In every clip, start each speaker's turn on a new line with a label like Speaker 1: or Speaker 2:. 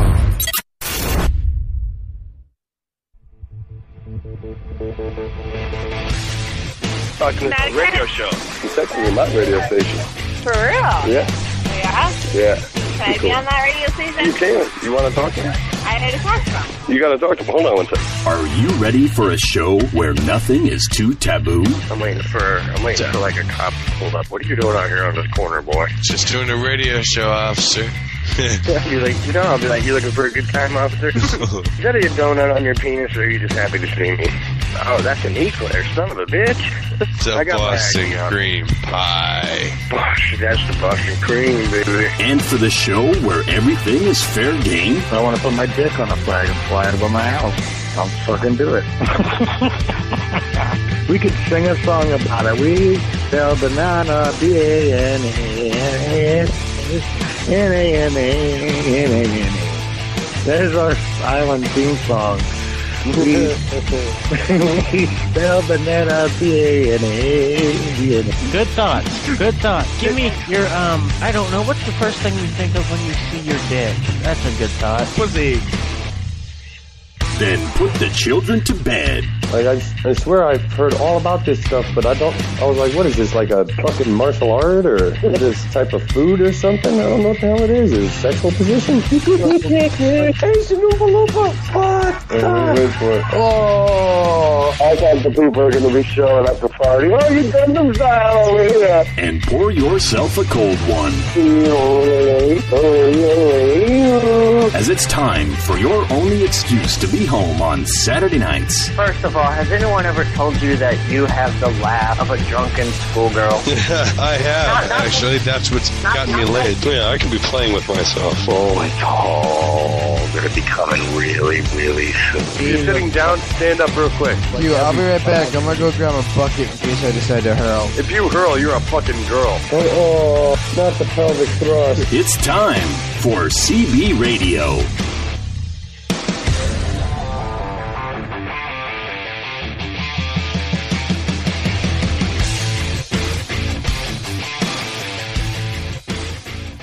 Speaker 1: wildtalkradio.com.
Speaker 2: talking to the radio show. He's texting me my radio station.
Speaker 3: For real?
Speaker 2: Yeah,
Speaker 3: Yeah.
Speaker 2: yeah.
Speaker 3: Can I be on that radio station?
Speaker 2: You can. You want to talk to him?
Speaker 3: I need to talk to him.
Speaker 2: You got to talk to him. Hold on one second.
Speaker 4: Are you ready for a show where nothing is too taboo?
Speaker 2: I'm waiting for. I'm waiting for like a cop to pull up. What are you doing out here on this corner, boy?
Speaker 5: Just doing a radio show, officer.
Speaker 2: He's like, you know, I'll be like, you looking for a good time, officer? Is that a donut on your penis, or are you just happy to see me? Oh, that's an eclair, son of a bitch.
Speaker 5: It's a
Speaker 2: I got my
Speaker 5: Boston
Speaker 2: idea.
Speaker 5: cream pie.
Speaker 2: Bosh, that's the Boston cream, baby.
Speaker 4: And for the show where everything is fair game?
Speaker 6: I want to put my dick on a flag and fly it above my house. I'll fucking do it. we could sing a song about it. We sell banana, B-A-N-A-N-A-S, N-A-N-A-N-A-N-A. There's our island theme song. We, we spell banana, B-A-N-A-N-A.
Speaker 7: Good thought. Good thought. Give me your um. I don't know. What's the first thing you think of when you see your dick? That's a good thought.
Speaker 4: Then put the children to bed.
Speaker 8: Like I, I swear I've heard all about this stuff, but I don't. I was like, what is this? Like a fucking martial art or this type of food or something? I don't know what the hell it is. Is it sexual position?
Speaker 2: Oh, I got the poop burger to be showing up for party. Oh, you done them style over here.
Speaker 4: And pour yourself a cold one, as it's time for your only excuse to be home on Saturday nights.
Speaker 6: First of all, has anyone ever told you that you have the laugh of a drunken schoolgirl?
Speaker 5: I have, actually. That's what's gotten me laid. Yeah, I can be playing with myself.
Speaker 2: Oh, it's all going to be coming really, really soon. You're sitting down, stand up real quick.
Speaker 9: You, I'll be right back. I'm gonna go grab a bucket in case I decide to hurl.
Speaker 2: If you hurl, you're a fucking girl.
Speaker 8: Oh, not the pelvic thrust.
Speaker 4: It's time for CB Radio.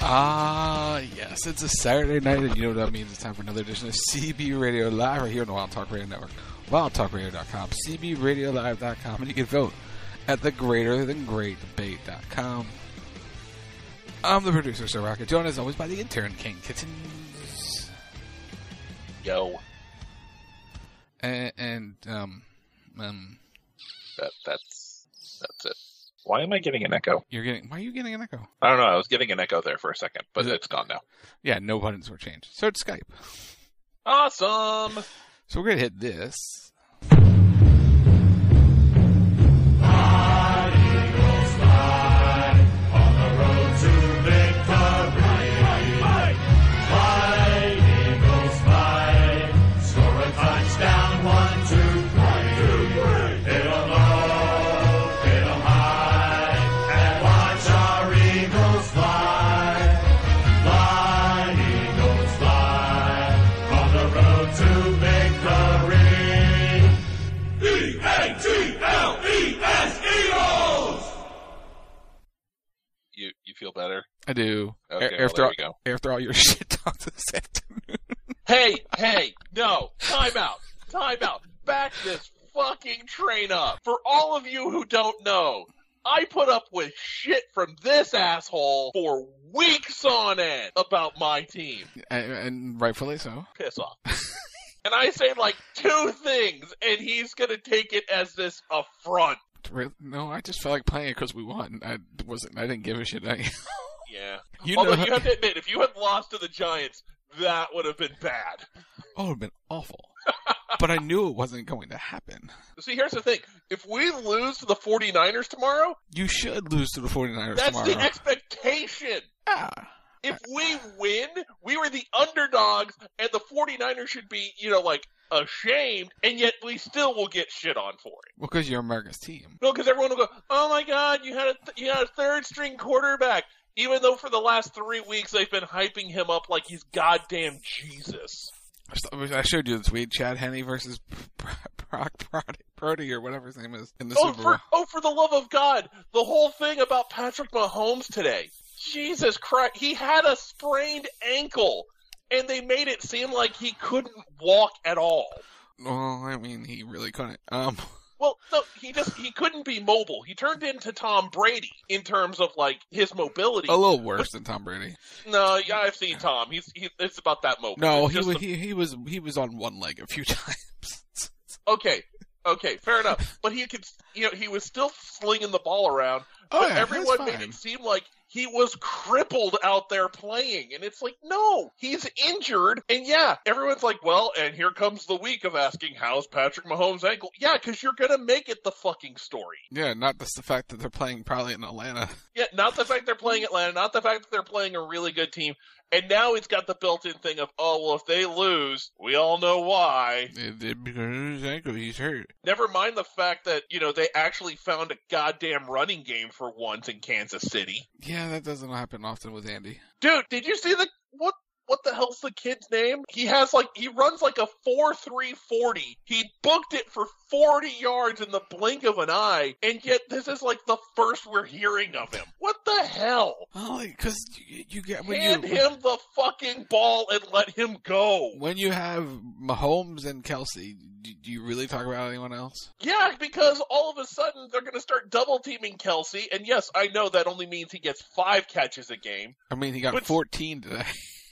Speaker 10: Ah, yes, it's a Saturday night, and you know what that means. It's time for another edition of CB Radio Live right here on the Wild Talk Radio Network, wildtalkradio.com, cbradiolive.com, and you can vote at the greater than great debate.com. I'm the producer, Sir Rocket, joined as always by the intern, King Kittens.
Speaker 5: Yo,
Speaker 10: And, and um, um,
Speaker 5: that, that's that's it. Why am I getting an echo?
Speaker 10: you're getting, why are you getting an echo?
Speaker 5: I don't know. I was getting an echo there for a second, but
Speaker 10: Is it-
Speaker 5: it's gone now.
Speaker 10: Yeah, no buttons were changed. So it's Skype.
Speaker 5: Awesome.
Speaker 10: So we're gonna hit this.
Speaker 5: You you feel better?
Speaker 10: I do.
Speaker 5: Okay,
Speaker 10: A-
Speaker 5: well,
Speaker 10: after
Speaker 5: there
Speaker 10: all,
Speaker 5: we go.
Speaker 10: after all your shit talk this afternoon.
Speaker 5: Hey, hey, no! Time out! Time out! Back this fucking train up! For all of you who don't know, I put up with shit from this asshole for weeks on end about my team.
Speaker 10: and, and rightfully so.
Speaker 5: Piss off. and I say like two things, and he's gonna take it as this affront.
Speaker 10: Re- No, I just felt like playing it because we won. I wasn't. I didn't give a shit. I,
Speaker 5: Yeah.
Speaker 10: you know,
Speaker 5: Although you have to admit, if you had lost to the Giants, that would have been bad.
Speaker 10: oh, it'd been awful. but I knew it wasn't going to happen.
Speaker 5: See, here's the thing. If we lose to the 49ers tomorrow,
Speaker 10: You should lose to the 49ers
Speaker 5: that's
Speaker 10: tomorrow.
Speaker 5: the expectation.
Speaker 10: Ah,
Speaker 5: If we win, we were the underdogs, and the 49ers should be, you know, like ashamed, and yet we still will get shit on for it.
Speaker 10: well, because you're America's team.
Speaker 5: No, because everyone will go, "Oh my God, you had a th- you had a third string quarterback." Even though for the last three weeks they've been hyping him up like he's goddamn Jesus.
Speaker 10: I s- I showed you the tweet: Chad Henney versus Brock Brody, Brody or whatever his name is in the
Speaker 5: Oh
Speaker 10: Super Bowl.
Speaker 5: for, oh, for the love of God! The whole thing about Patrick Mahomes today. Jesus Christ, he had a sprained ankle, and they made it seem like he couldn't walk at all.
Speaker 10: Well, I mean, he really couldn't. Um,
Speaker 5: Well, no, he just he couldn't be mobile. He turned into Tom Brady in terms of like his mobility.
Speaker 10: a little worse than Tom Brady.
Speaker 5: No, yeah, I've seen Tom. He's he, it's about that mobile.
Speaker 10: No,
Speaker 5: It's
Speaker 10: he
Speaker 5: just
Speaker 10: was
Speaker 5: the-
Speaker 10: he, he was he was on one leg a few times.
Speaker 5: okay, okay, fair enough. But he could, you know, he was still slinging the ball around.
Speaker 10: Oh,
Speaker 5: but
Speaker 10: yeah, that's
Speaker 5: everyone made
Speaker 10: fine.
Speaker 5: it seem like he was crippled out there playing, and it's like, no, he's injured. And yeah, everyone's like, well, and here comes the week of asking how's Patrick Mahomes' ankle. Yeah, because you're gonna make it the fucking story.
Speaker 10: yeah, not just the fact that they're playing probably in Atlanta.
Speaker 5: Yeah, not the fact they're playing Atlanta, not the fact that they're playing a really good team. And now it's got the built-in thing of, oh, well, if they lose, we all know why.
Speaker 10: It, it, because his ankle, he's hurt.
Speaker 5: Never mind the fact that, you know, they actually found a goddamn running game for once in Kansas City.
Speaker 10: Yeah, that doesn't happen often with Andy.
Speaker 5: Dude, did you see the what what the hell's the kid's name? He has like he runs like a four three forty. He booked it for 40 yards in the blink of an eye, and yet this is like the first we're hearing of him. What the hell?
Speaker 10: Well, because you, you get when
Speaker 5: Hand
Speaker 10: you
Speaker 5: him the fucking ball and let him go.
Speaker 10: when you have Mahomes and Kelsey, do, do you really talk about anyone else?
Speaker 5: Yeah, because all of a sudden they're going to start double teaming Kelsey. And yes, I know that only means he gets five catches a game.
Speaker 10: I mean, he got
Speaker 5: What's-
Speaker 10: 14 today.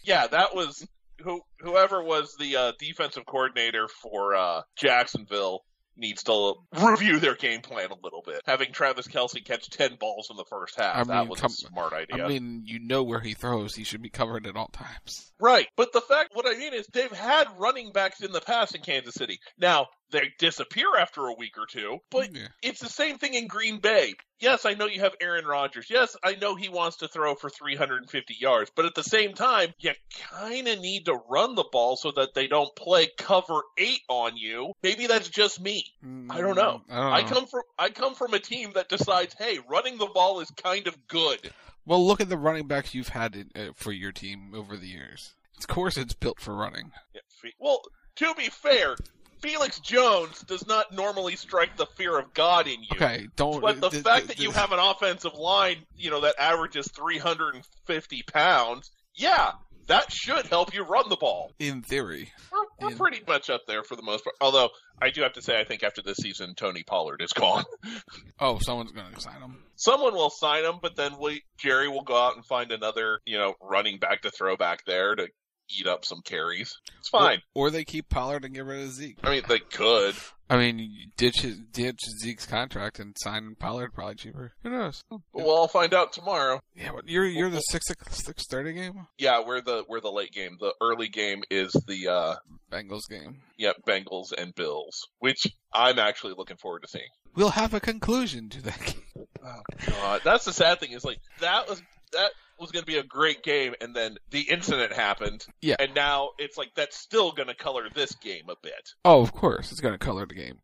Speaker 5: Yeah, that was who whoever was the uh, defensive coordinator for uh, Jacksonville needs to review their game plan a little bit. Having Travis Kelsey catch ten balls in the first half
Speaker 10: I mean,
Speaker 5: that was
Speaker 10: come-
Speaker 5: a smart idea.
Speaker 10: I mean, you know where he throws; he should be covered at all times.
Speaker 5: Right. But the fact, what I mean is, they've had running backs in the past in Kansas City. Now, they disappear after a week or two, but
Speaker 10: Yeah.
Speaker 5: it's the same thing in Green Bay. Yes, I know you have Aaron Rodgers. Yes, I know he wants to throw for 350 yards, but at the same time, you kind of need to run the ball so that they don't play cover eight on you. Maybe that's just me. I don't know.
Speaker 10: Mm, I don't
Speaker 5: I
Speaker 10: know.
Speaker 5: come from I come from a team that decides, hey, running the ball is kind of good.
Speaker 10: Well, look at the running backs you've had in, uh, for your team over the years. Of course, it's built for running.
Speaker 5: Yeah, fe- Well, to be fair, Felix Jones does not normally strike the fear of God in you.
Speaker 10: Okay, don't.
Speaker 5: But the
Speaker 10: th-
Speaker 5: fact
Speaker 10: th-
Speaker 5: that you
Speaker 10: th-
Speaker 5: have an offensive line, you know, that averages 350 pounds, yeah, that should help you run the ball.
Speaker 10: in theory,
Speaker 5: We're, we're
Speaker 10: Yeah.
Speaker 5: pretty much up there for the most part. Although, I do have to say, I think after this season, Tony Pollard is gone.
Speaker 10: oh, someone's going to sign him.
Speaker 5: Someone will sign him, but then we, Jerry will go out and find another, you know, running back to throw back there to eat up some carries. It's fine.
Speaker 10: Or, or they keep Pollard and get rid of Zeke.
Speaker 5: I mean, they could.
Speaker 10: I mean, you ditch his, ditch Zeke's contract and sign Pollard probably cheaper. Who knows?
Speaker 5: Well, I'll find out tomorrow.
Speaker 10: Yeah, but you're you're the six six thirty game
Speaker 5: Yeah, we're the we're the late game. The early game is the uh
Speaker 10: Bengals game.
Speaker 5: yep, Bengals and Bills, which I'm actually looking forward to seeing.
Speaker 10: We'll have a conclusion to that game.
Speaker 5: Oh god. That's the sad thing is like that was that was going to be a great game and then the incident happened.
Speaker 10: Yeah.
Speaker 5: And now it's like that's still going to color this game a bit.
Speaker 10: Oh, of course, it's going to color the game.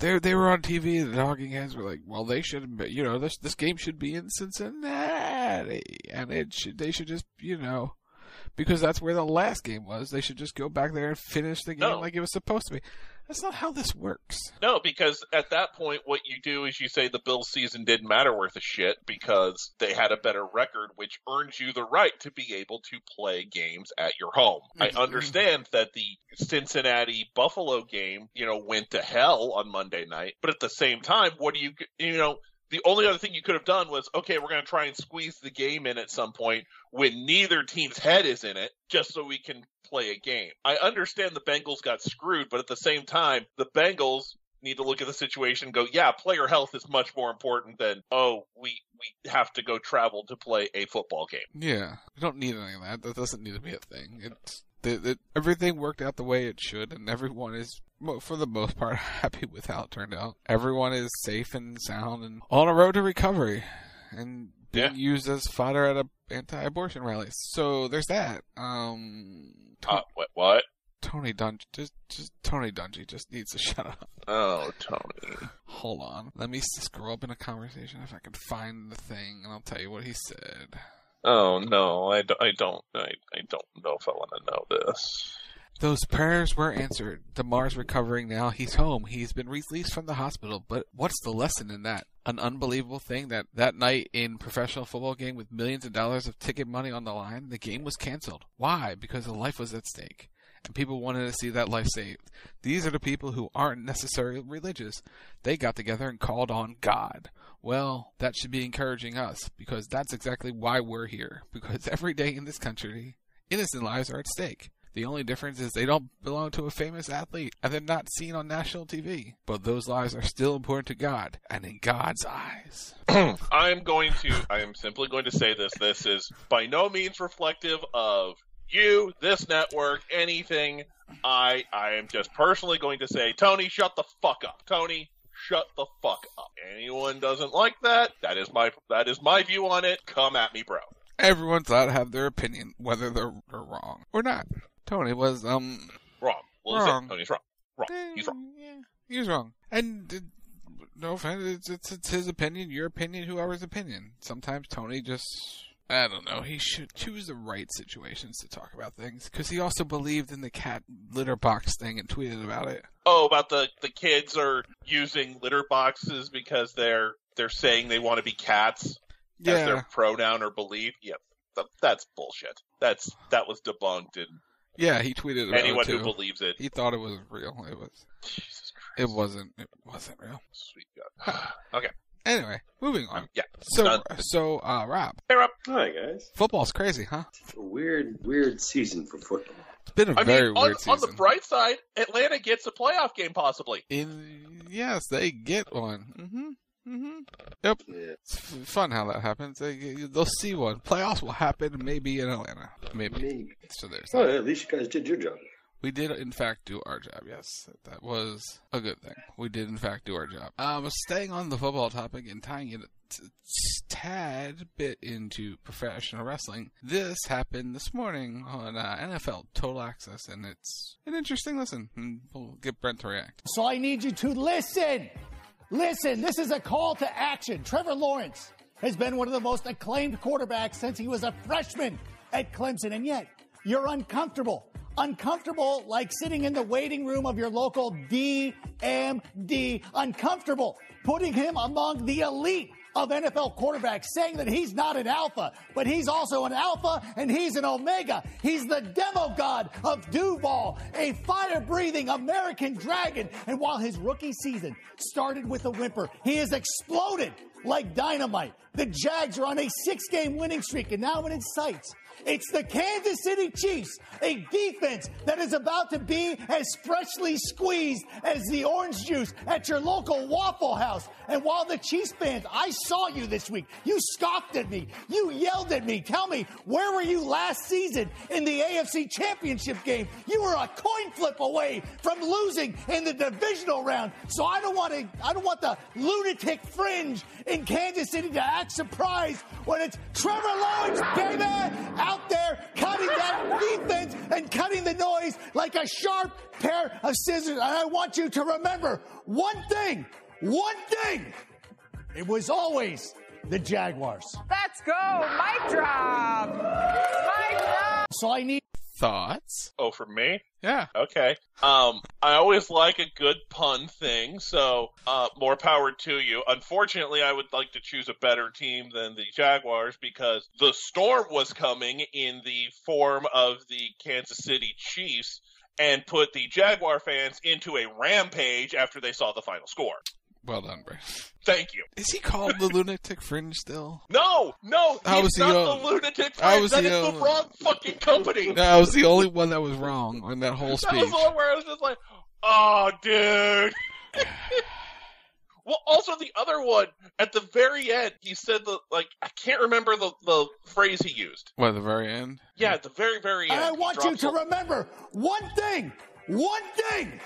Speaker 10: They they were on TV. The dogging heads were like, well, they should, you know, this this game should be in Cincinnati, and it should they should just, you know, because that's where the last game was. They should just go back there and finish the game
Speaker 5: No.
Speaker 10: like it was supposed to be. That's not how this works.
Speaker 5: No, because at that point what you do is you say the Bills season didn't matter worth a shit because they had a better record which earns you the right to be able to play games at your home. I understand that the Cincinnati Buffalo game, you know, went to hell on Monday night, but at the same time, what do you you know, the only other thing you could have done was okay, we're going to try and squeeze the game in at some point when neither team's head is in it, just so we can play a game. I understand the Bengals got screwed, but at the same time, the Bengals need to look at the situation and go, yeah, player health is much more important than oh, we we have to go travel to play a football game.
Speaker 10: Yeah, we don't need any of that. That doesn't need to be a thing. It's the the everything worked out the way it should, and everyone is, mo- for the most part, happy with how it turned out. Everyone is safe and sound and on a road to recovery, and being
Speaker 5: Yeah.
Speaker 10: used as fodder at a anti-abortion rally. So there's that. Um, T-
Speaker 5: Uh, what? What?
Speaker 10: Tony Dungy, just just Tony Dungy just needs to shut up.
Speaker 5: Oh, Tony.
Speaker 10: Hold on, let me s- scroll up in a conversation if I can find the thing, and I'll tell you what he said.
Speaker 5: Oh no, I, d- I don't I, I don't know if I want to know this.
Speaker 10: Those prayers were answered. Damar's recovering now. He's home. He's been released from the hospital. But what's the lesson in that? An unbelievable thing that that night in professional football game with millions of dollars of ticket money on the line, the game was canceled. Why? Because the life was at stake. And people wanted to see that life saved. These are the people who aren't necessarily religious. They got together and called on God. Well, that should be encouraging us because that's exactly why we're here. Because every day in this country, innocent lives are at stake. The only difference is they don't belong to a famous athlete and they're not seen on national TV. But those lives are still important to God and in God's eyes.
Speaker 5: I am going to. I am simply going to say this. This is by no means reflective of you, this network, anything. I. I am just personally going to say, Tony, shut the fuck up. Tony, shut the fuck up. Anyone doesn't like that? That is my. That is my view on it. Come at me, bro.
Speaker 10: Everyone's allowed to have their opinion, whether they're they're wrong or not. Tony was um
Speaker 5: Wrong. Well, is it?
Speaker 10: Wrong.
Speaker 5: Tony's wrong. Wrong. He's wrong.
Speaker 10: Yeah, he was wrong. And uh, no offense, it's, it's, it's his opinion, your opinion, whoever's opinion. Sometimes Tony just. I don't know. He should choose the right situations to talk about things because he also believed in the cat litter box thing and tweeted about it.
Speaker 5: Oh, about the the kids are using litter boxes because they're they're saying they want to be cats as
Speaker 10: Yeah,
Speaker 5: their pronoun or belief. Yep. Th- that's bullshit. That's that was debunked and
Speaker 10: yeah, he tweeted about
Speaker 5: anyone
Speaker 10: it too.
Speaker 5: who believes it.
Speaker 10: he thought it was real. It was.
Speaker 5: Jesus Christ.
Speaker 10: It wasn't. It wasn't real.
Speaker 5: Sweet God. okay.
Speaker 10: Anyway, moving on.
Speaker 5: Yeah.
Speaker 10: So,
Speaker 5: Done.
Speaker 10: so uh, Rob,
Speaker 5: Hey, Rob.
Speaker 1: Hi guys.
Speaker 10: football's crazy, huh?
Speaker 1: A weird, weird season for football.
Speaker 10: It's been a
Speaker 5: I
Speaker 10: very
Speaker 5: mean,
Speaker 10: weird
Speaker 5: on,
Speaker 10: season.
Speaker 5: on the bright side, Atlanta gets a playoff game possibly.
Speaker 10: In yes, they get one. Mm-hmm. Mm-hmm. Yep.
Speaker 1: Yeah.
Speaker 10: It's f- fun how that happens. They, they'll see one. Playoffs will happen maybe in Atlanta. Maybe.
Speaker 1: Maybe.
Speaker 10: So there's that.
Speaker 1: Well, at least you guys did your job.
Speaker 10: We did in fact do our job. Yes, that was a good thing. We did in fact do our job. Um, staying on the football topic and tying it t- s- tad bit into professional wrestling. This happened this morning on uh, NFL Total Access, and it's an interesting listen. And We'll get Brent to react.
Speaker 11: So I need you to listen. Listen, this is a call to action. Trevor Lawrence has been one of the most acclaimed quarterbacks since he was a freshman at Clemson, and yet you're uncomfortable. Uncomfortable like sitting in the waiting room of your local DMD. Uncomfortable putting him among the elite of NFL quarterbacks, saying that he's not an alpha, but he's also an alpha and he's an omega. He's the demo god of Duval, a fire breathing American dragon. And while his rookie season started with a whimper, he has exploded like dynamite. The Jags are on a six game winning streak, and now it incites. It's the Kansas City Chiefs, a defense that is about to be as freshly squeezed as the orange juice at your local Waffle House. And while the Chiefs fans, I saw you this week. You scoffed at me. You yelled at me. Tell me, where were you last season in the AFC Championship game? You were a coin flip away from losing in the divisional round. So I don't want to, I don't want the lunatic fringe in Kansas City to act surprised when it's Trevor Lawrence, baby, out there cutting that defense and cutting the noise like a sharp pair of scissors. And I want you to remember one thing, one thing. It was always the Jaguars.
Speaker 3: Let's go. Mic drop. Mic drop.
Speaker 11: So I need.
Speaker 10: Thoughts?
Speaker 5: Oh, for me?
Speaker 10: Yeah.
Speaker 5: Okay. Um, I always like a good pun thing, so uh, more power to you. Unfortunately, I would like to choose a better team than the Jaguars because the storm was coming in the form of the Kansas City Chiefs and put the Jaguar fans into a rampage after they saw the final score.
Speaker 10: Well done, Brent.
Speaker 5: Thank you.
Speaker 10: Is he called the lunatic fringe still?
Speaker 5: No, no,
Speaker 10: I
Speaker 5: he's
Speaker 10: was the
Speaker 5: not
Speaker 10: only-
Speaker 5: the lunatic.
Speaker 10: I
Speaker 5: friend.
Speaker 10: was
Speaker 5: That
Speaker 10: the uh,
Speaker 5: is the
Speaker 10: only-
Speaker 5: wrong fucking company.
Speaker 10: No, I was the only one that was wrong on that whole
Speaker 5: That was
Speaker 10: speech.
Speaker 5: the one where I was just like, oh, dude. well, also the other one at the very end, he said the like I can't remember the the phrase he used.
Speaker 10: What, the very end?
Speaker 5: Yeah, at the very very end.
Speaker 11: And I
Speaker 5: he
Speaker 11: want you
Speaker 5: drops
Speaker 11: to
Speaker 5: a-
Speaker 11: remember one thing, one thing.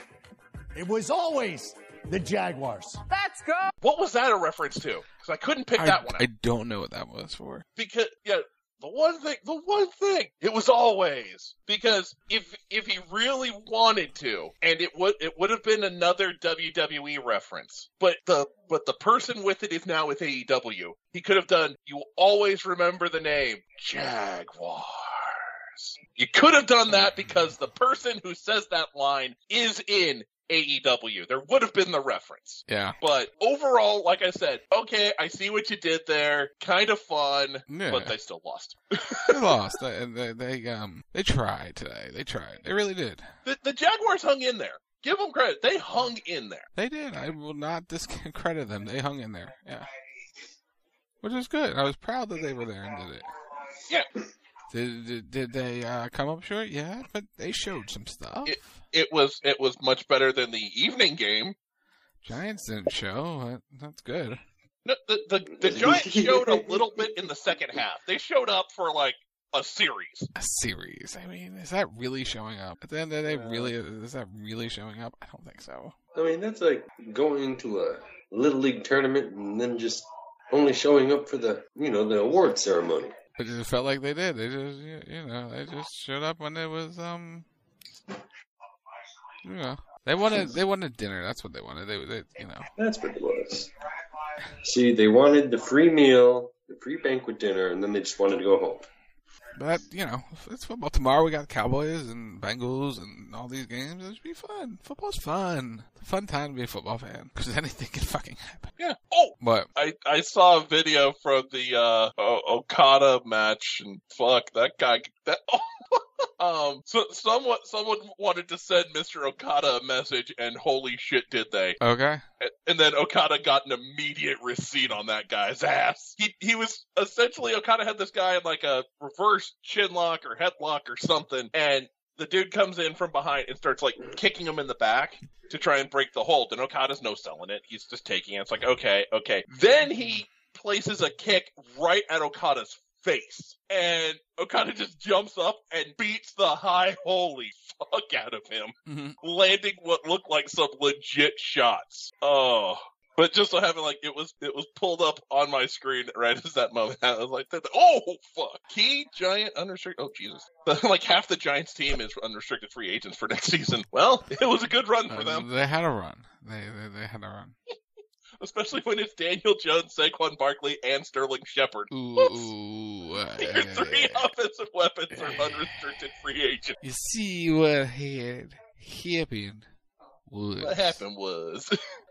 Speaker 11: It was always the Jaguars.
Speaker 3: Let's go.
Speaker 5: what was that a reference to? Because I couldn't pick
Speaker 10: I,
Speaker 5: that one out.
Speaker 10: I don't know what that was for.
Speaker 5: because yeah, the one thing, the one thing, it was always because if if he really wanted to, and it would it would have been another WWE reference, but the but the person with it is now with E AEW. He could have done. You always remember the name Jaguars. Yes. You could have done that because the person who says that line is in AEW. There would have been the reference.
Speaker 10: Yeah.
Speaker 5: But overall, like I said, okay, I see what you did there. Kind of fun,
Speaker 10: Yeah.
Speaker 5: but they still lost.
Speaker 10: they lost. They, they, they, um, they tried today. They tried. They really did.
Speaker 5: The, the Jaguars hung in there. Give them credit. They hung in there.
Speaker 10: They did. I will not discredit them. They hung in there. Yeah. Which is good. I was proud that they were there and did it.
Speaker 5: Yeah.
Speaker 10: Did, did, did they uh, come up short? Yeah, but they showed some stuff.
Speaker 5: It, it was it was much better than the evening game.
Speaker 10: Giants didn't show. That- That's good.
Speaker 5: No, the, the the Giants showed a little bit in the second half. They showed up for like a series.
Speaker 10: A series. I mean, is that really showing up? At the end of the day, really is that really showing up? I don't think so.
Speaker 1: I mean, that's like going into a little league tournament and then just only showing up for the you know the award ceremony.
Speaker 10: But it felt like they did. They just, you you know, they just showed up when it was, um, you know, they wanted they wanted dinner. That's what they wanted. They, they you know,
Speaker 1: That's what it was. See, they wanted the free meal, the free banquet dinner, and then they just wanted to go home.
Speaker 10: but you know, it's football. Tomorrow we got Cowboys and Bengals and all these games. It should be fun. Football's fun. It's a fun time to be a football fan because anything can fucking happen.
Speaker 5: Yeah. Oh,
Speaker 10: But
Speaker 5: I, I saw a video from the uh, O- Okada match, and fuck that guy. That um, so someone someone wanted to send Mr. Okada a message, and holy shit, did they?
Speaker 10: okay,
Speaker 5: And- And then Okada got an immediate receipt on that guy's ass. He he was essentially Okada had this guy in like a reverse chin lock or headlock or something, and the dude comes in from behind and starts like kicking him in the back to try and break the hold. And Okada's no selling it; he's just taking it. It's like okay, okay. Then he places a kick right at Okada's face, and Okada just jumps up and beats the high holy fuck out of him landing what looked like some legit shots. Oh. But just so happened, like it was, it was pulled up on my screen right as that moment. I was like, "Oh fuck!" Key giant unrestricted. Oh Jesus! like half the Giants team is unrestricted free agents for next season. Well, it was a good run for them,
Speaker 10: Uh, they had a run. They they, they had a run.
Speaker 5: especially when it's Daniel Jones, Saquon Barkley, and Sterling Shepard.
Speaker 10: Ooh, uh,
Speaker 5: Your three offensive weapons are unrestricted free agents.
Speaker 10: you see what had happened was.
Speaker 5: What happened was,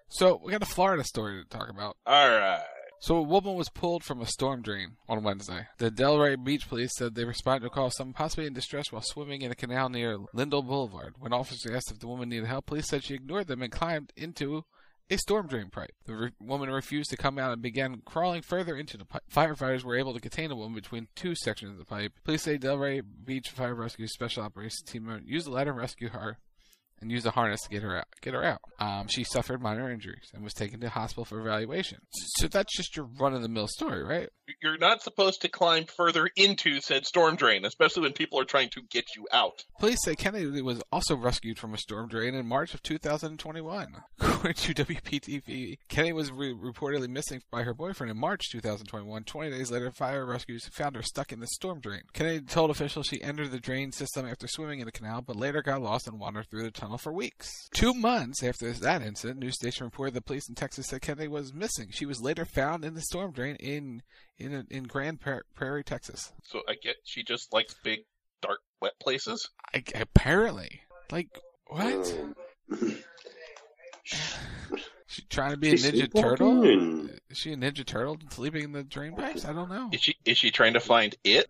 Speaker 10: So we got a Florida story to talk about.
Speaker 5: all right.
Speaker 10: So a woman was pulled from a storm drain on Wednesday. The Delray Beach police said they responded to a call of someone possibly in distress while swimming in a canal near Lindell Boulevard. When officers asked if the woman needed help, police said she ignored them and climbed into a storm drain pipe. The re- woman refused to come out and began crawling further into the pipe. Firefighters were able to contain the woman between two sections of the pipe. Police say Delray Beach Fire Rescue Special Operations Team used a ladder to rescue her and used a harness to get her out. Get her out. Um, she suffered minor injuries and was taken to the hospital for evaluation. So that's just your run-of-the-mill story, right?
Speaker 5: you're not supposed to climb further into said storm drain, especially when people are trying to get you out.
Speaker 10: Police say Kennedy was also rescued from a storm drain in March of 2021. According to WPTV, Kennedy was re- reportedly missing by her boyfriend in March 2021. 20 days later, fire rescues found her stuck in the storm drain. Kennedy told officials she entered the drain system after swimming in the canal, but later got lost and wandered through the tunnel for weeks. Two months after that incident, news station reported the police in Texas said Kennedy was missing. She was later found in the storm drain in in in Grand Pra- Prairie, Texas.
Speaker 5: So I get she just likes big, dark, wet places.
Speaker 10: I, apparently, like what? she trying to be a
Speaker 5: She's
Speaker 10: ninja
Speaker 5: sleepwalking
Speaker 10: turtle? Is she a ninja turtle sleeping in the drain pipes? I don't know.
Speaker 5: Is she is she trying to find it?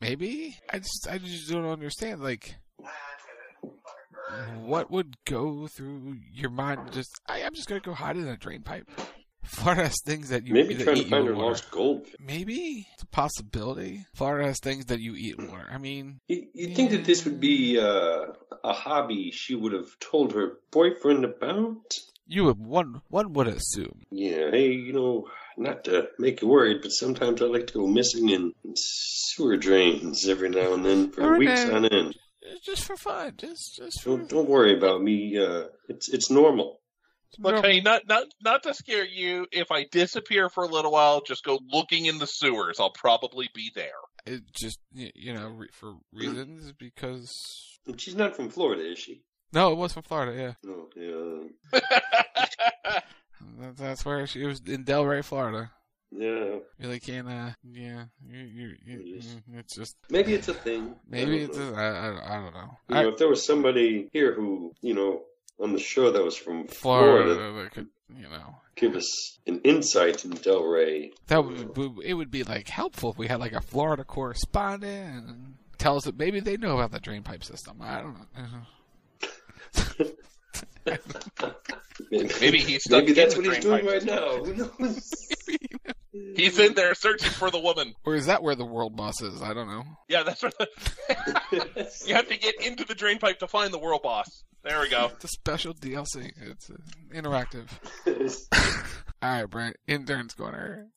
Speaker 10: Maybe I just I just don't understand. Like, what would go through your mind? Just I, I'm just gonna go hide in a drain pipe. Florida has things that you
Speaker 1: Maybe
Speaker 10: that
Speaker 1: trying
Speaker 10: eat
Speaker 1: to find
Speaker 10: you
Speaker 1: her
Speaker 10: in water.
Speaker 1: lost goldfish.
Speaker 10: Maybe it's a possibility. Florida has things that you eat in water. I mean,
Speaker 1: You'd think that this would be uh, a hobby she would have told her boyfriend about.
Speaker 10: You would one one would assume.
Speaker 1: Yeah, hey, you know, not to make you worried, but sometimes I like to go missing in sewer drains every now and then for
Speaker 10: Every
Speaker 1: weeks
Speaker 10: day.
Speaker 1: on end.
Speaker 10: just for fun, just just for
Speaker 1: Don't don't worry about me. Uh, it's it's normal.
Speaker 5: Look, hey, not not not to scare you. If I disappear for a little while, just go looking in the sewers. I'll probably be there.
Speaker 10: it just y- you know re- for reasons because
Speaker 1: She's not from Florida, is she?
Speaker 10: no, it was from Florida. Yeah,
Speaker 1: Oh, yeah.
Speaker 10: That- that's where she it was in Delray, Florida.
Speaker 1: Yeah.
Speaker 10: Really can't. Uh, yeah, you, you, you, mm, it's just
Speaker 1: Maybe it's a thing.
Speaker 10: maybe
Speaker 1: I don't
Speaker 10: it's.
Speaker 1: know.
Speaker 10: Just, I, I, I don't know.
Speaker 1: You
Speaker 10: I-
Speaker 1: know, if there was somebody here who, you know, on the show that was from
Speaker 10: Florida,
Speaker 1: Florida,
Speaker 10: that could, you know,
Speaker 1: give us an insight into Del Rey.
Speaker 10: that would be, it would be like helpful if we had like a Florida correspondent and tell us that maybe they know about the drain pipe system. I don't know.
Speaker 5: Maybe he's stuck
Speaker 1: Maybe that's
Speaker 5: in
Speaker 1: what
Speaker 5: the
Speaker 1: he's
Speaker 5: drain
Speaker 1: doing right now. Who knows?
Speaker 5: He's in there searching for the woman.
Speaker 10: Or is that where the world boss is? I don't know.
Speaker 5: Yeah, that's where the... you have to get into the drain pipe to find the world boss. There we go.
Speaker 10: It's a special DLC. It's uh, interactive. All right, Brent. Intern's corner.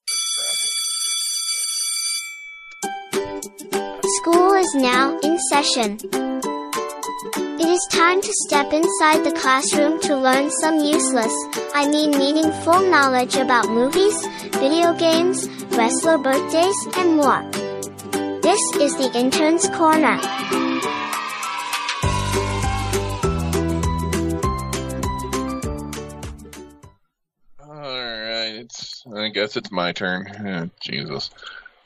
Speaker 12: School is now in session. It is time to step inside the classroom to learn some useless, I mean meaningful knowledge about movies, video games, wrestler birthdays, and more. This is the Intern's Corner.
Speaker 5: All right, it's. I guess it's my turn. Oh, Jesus.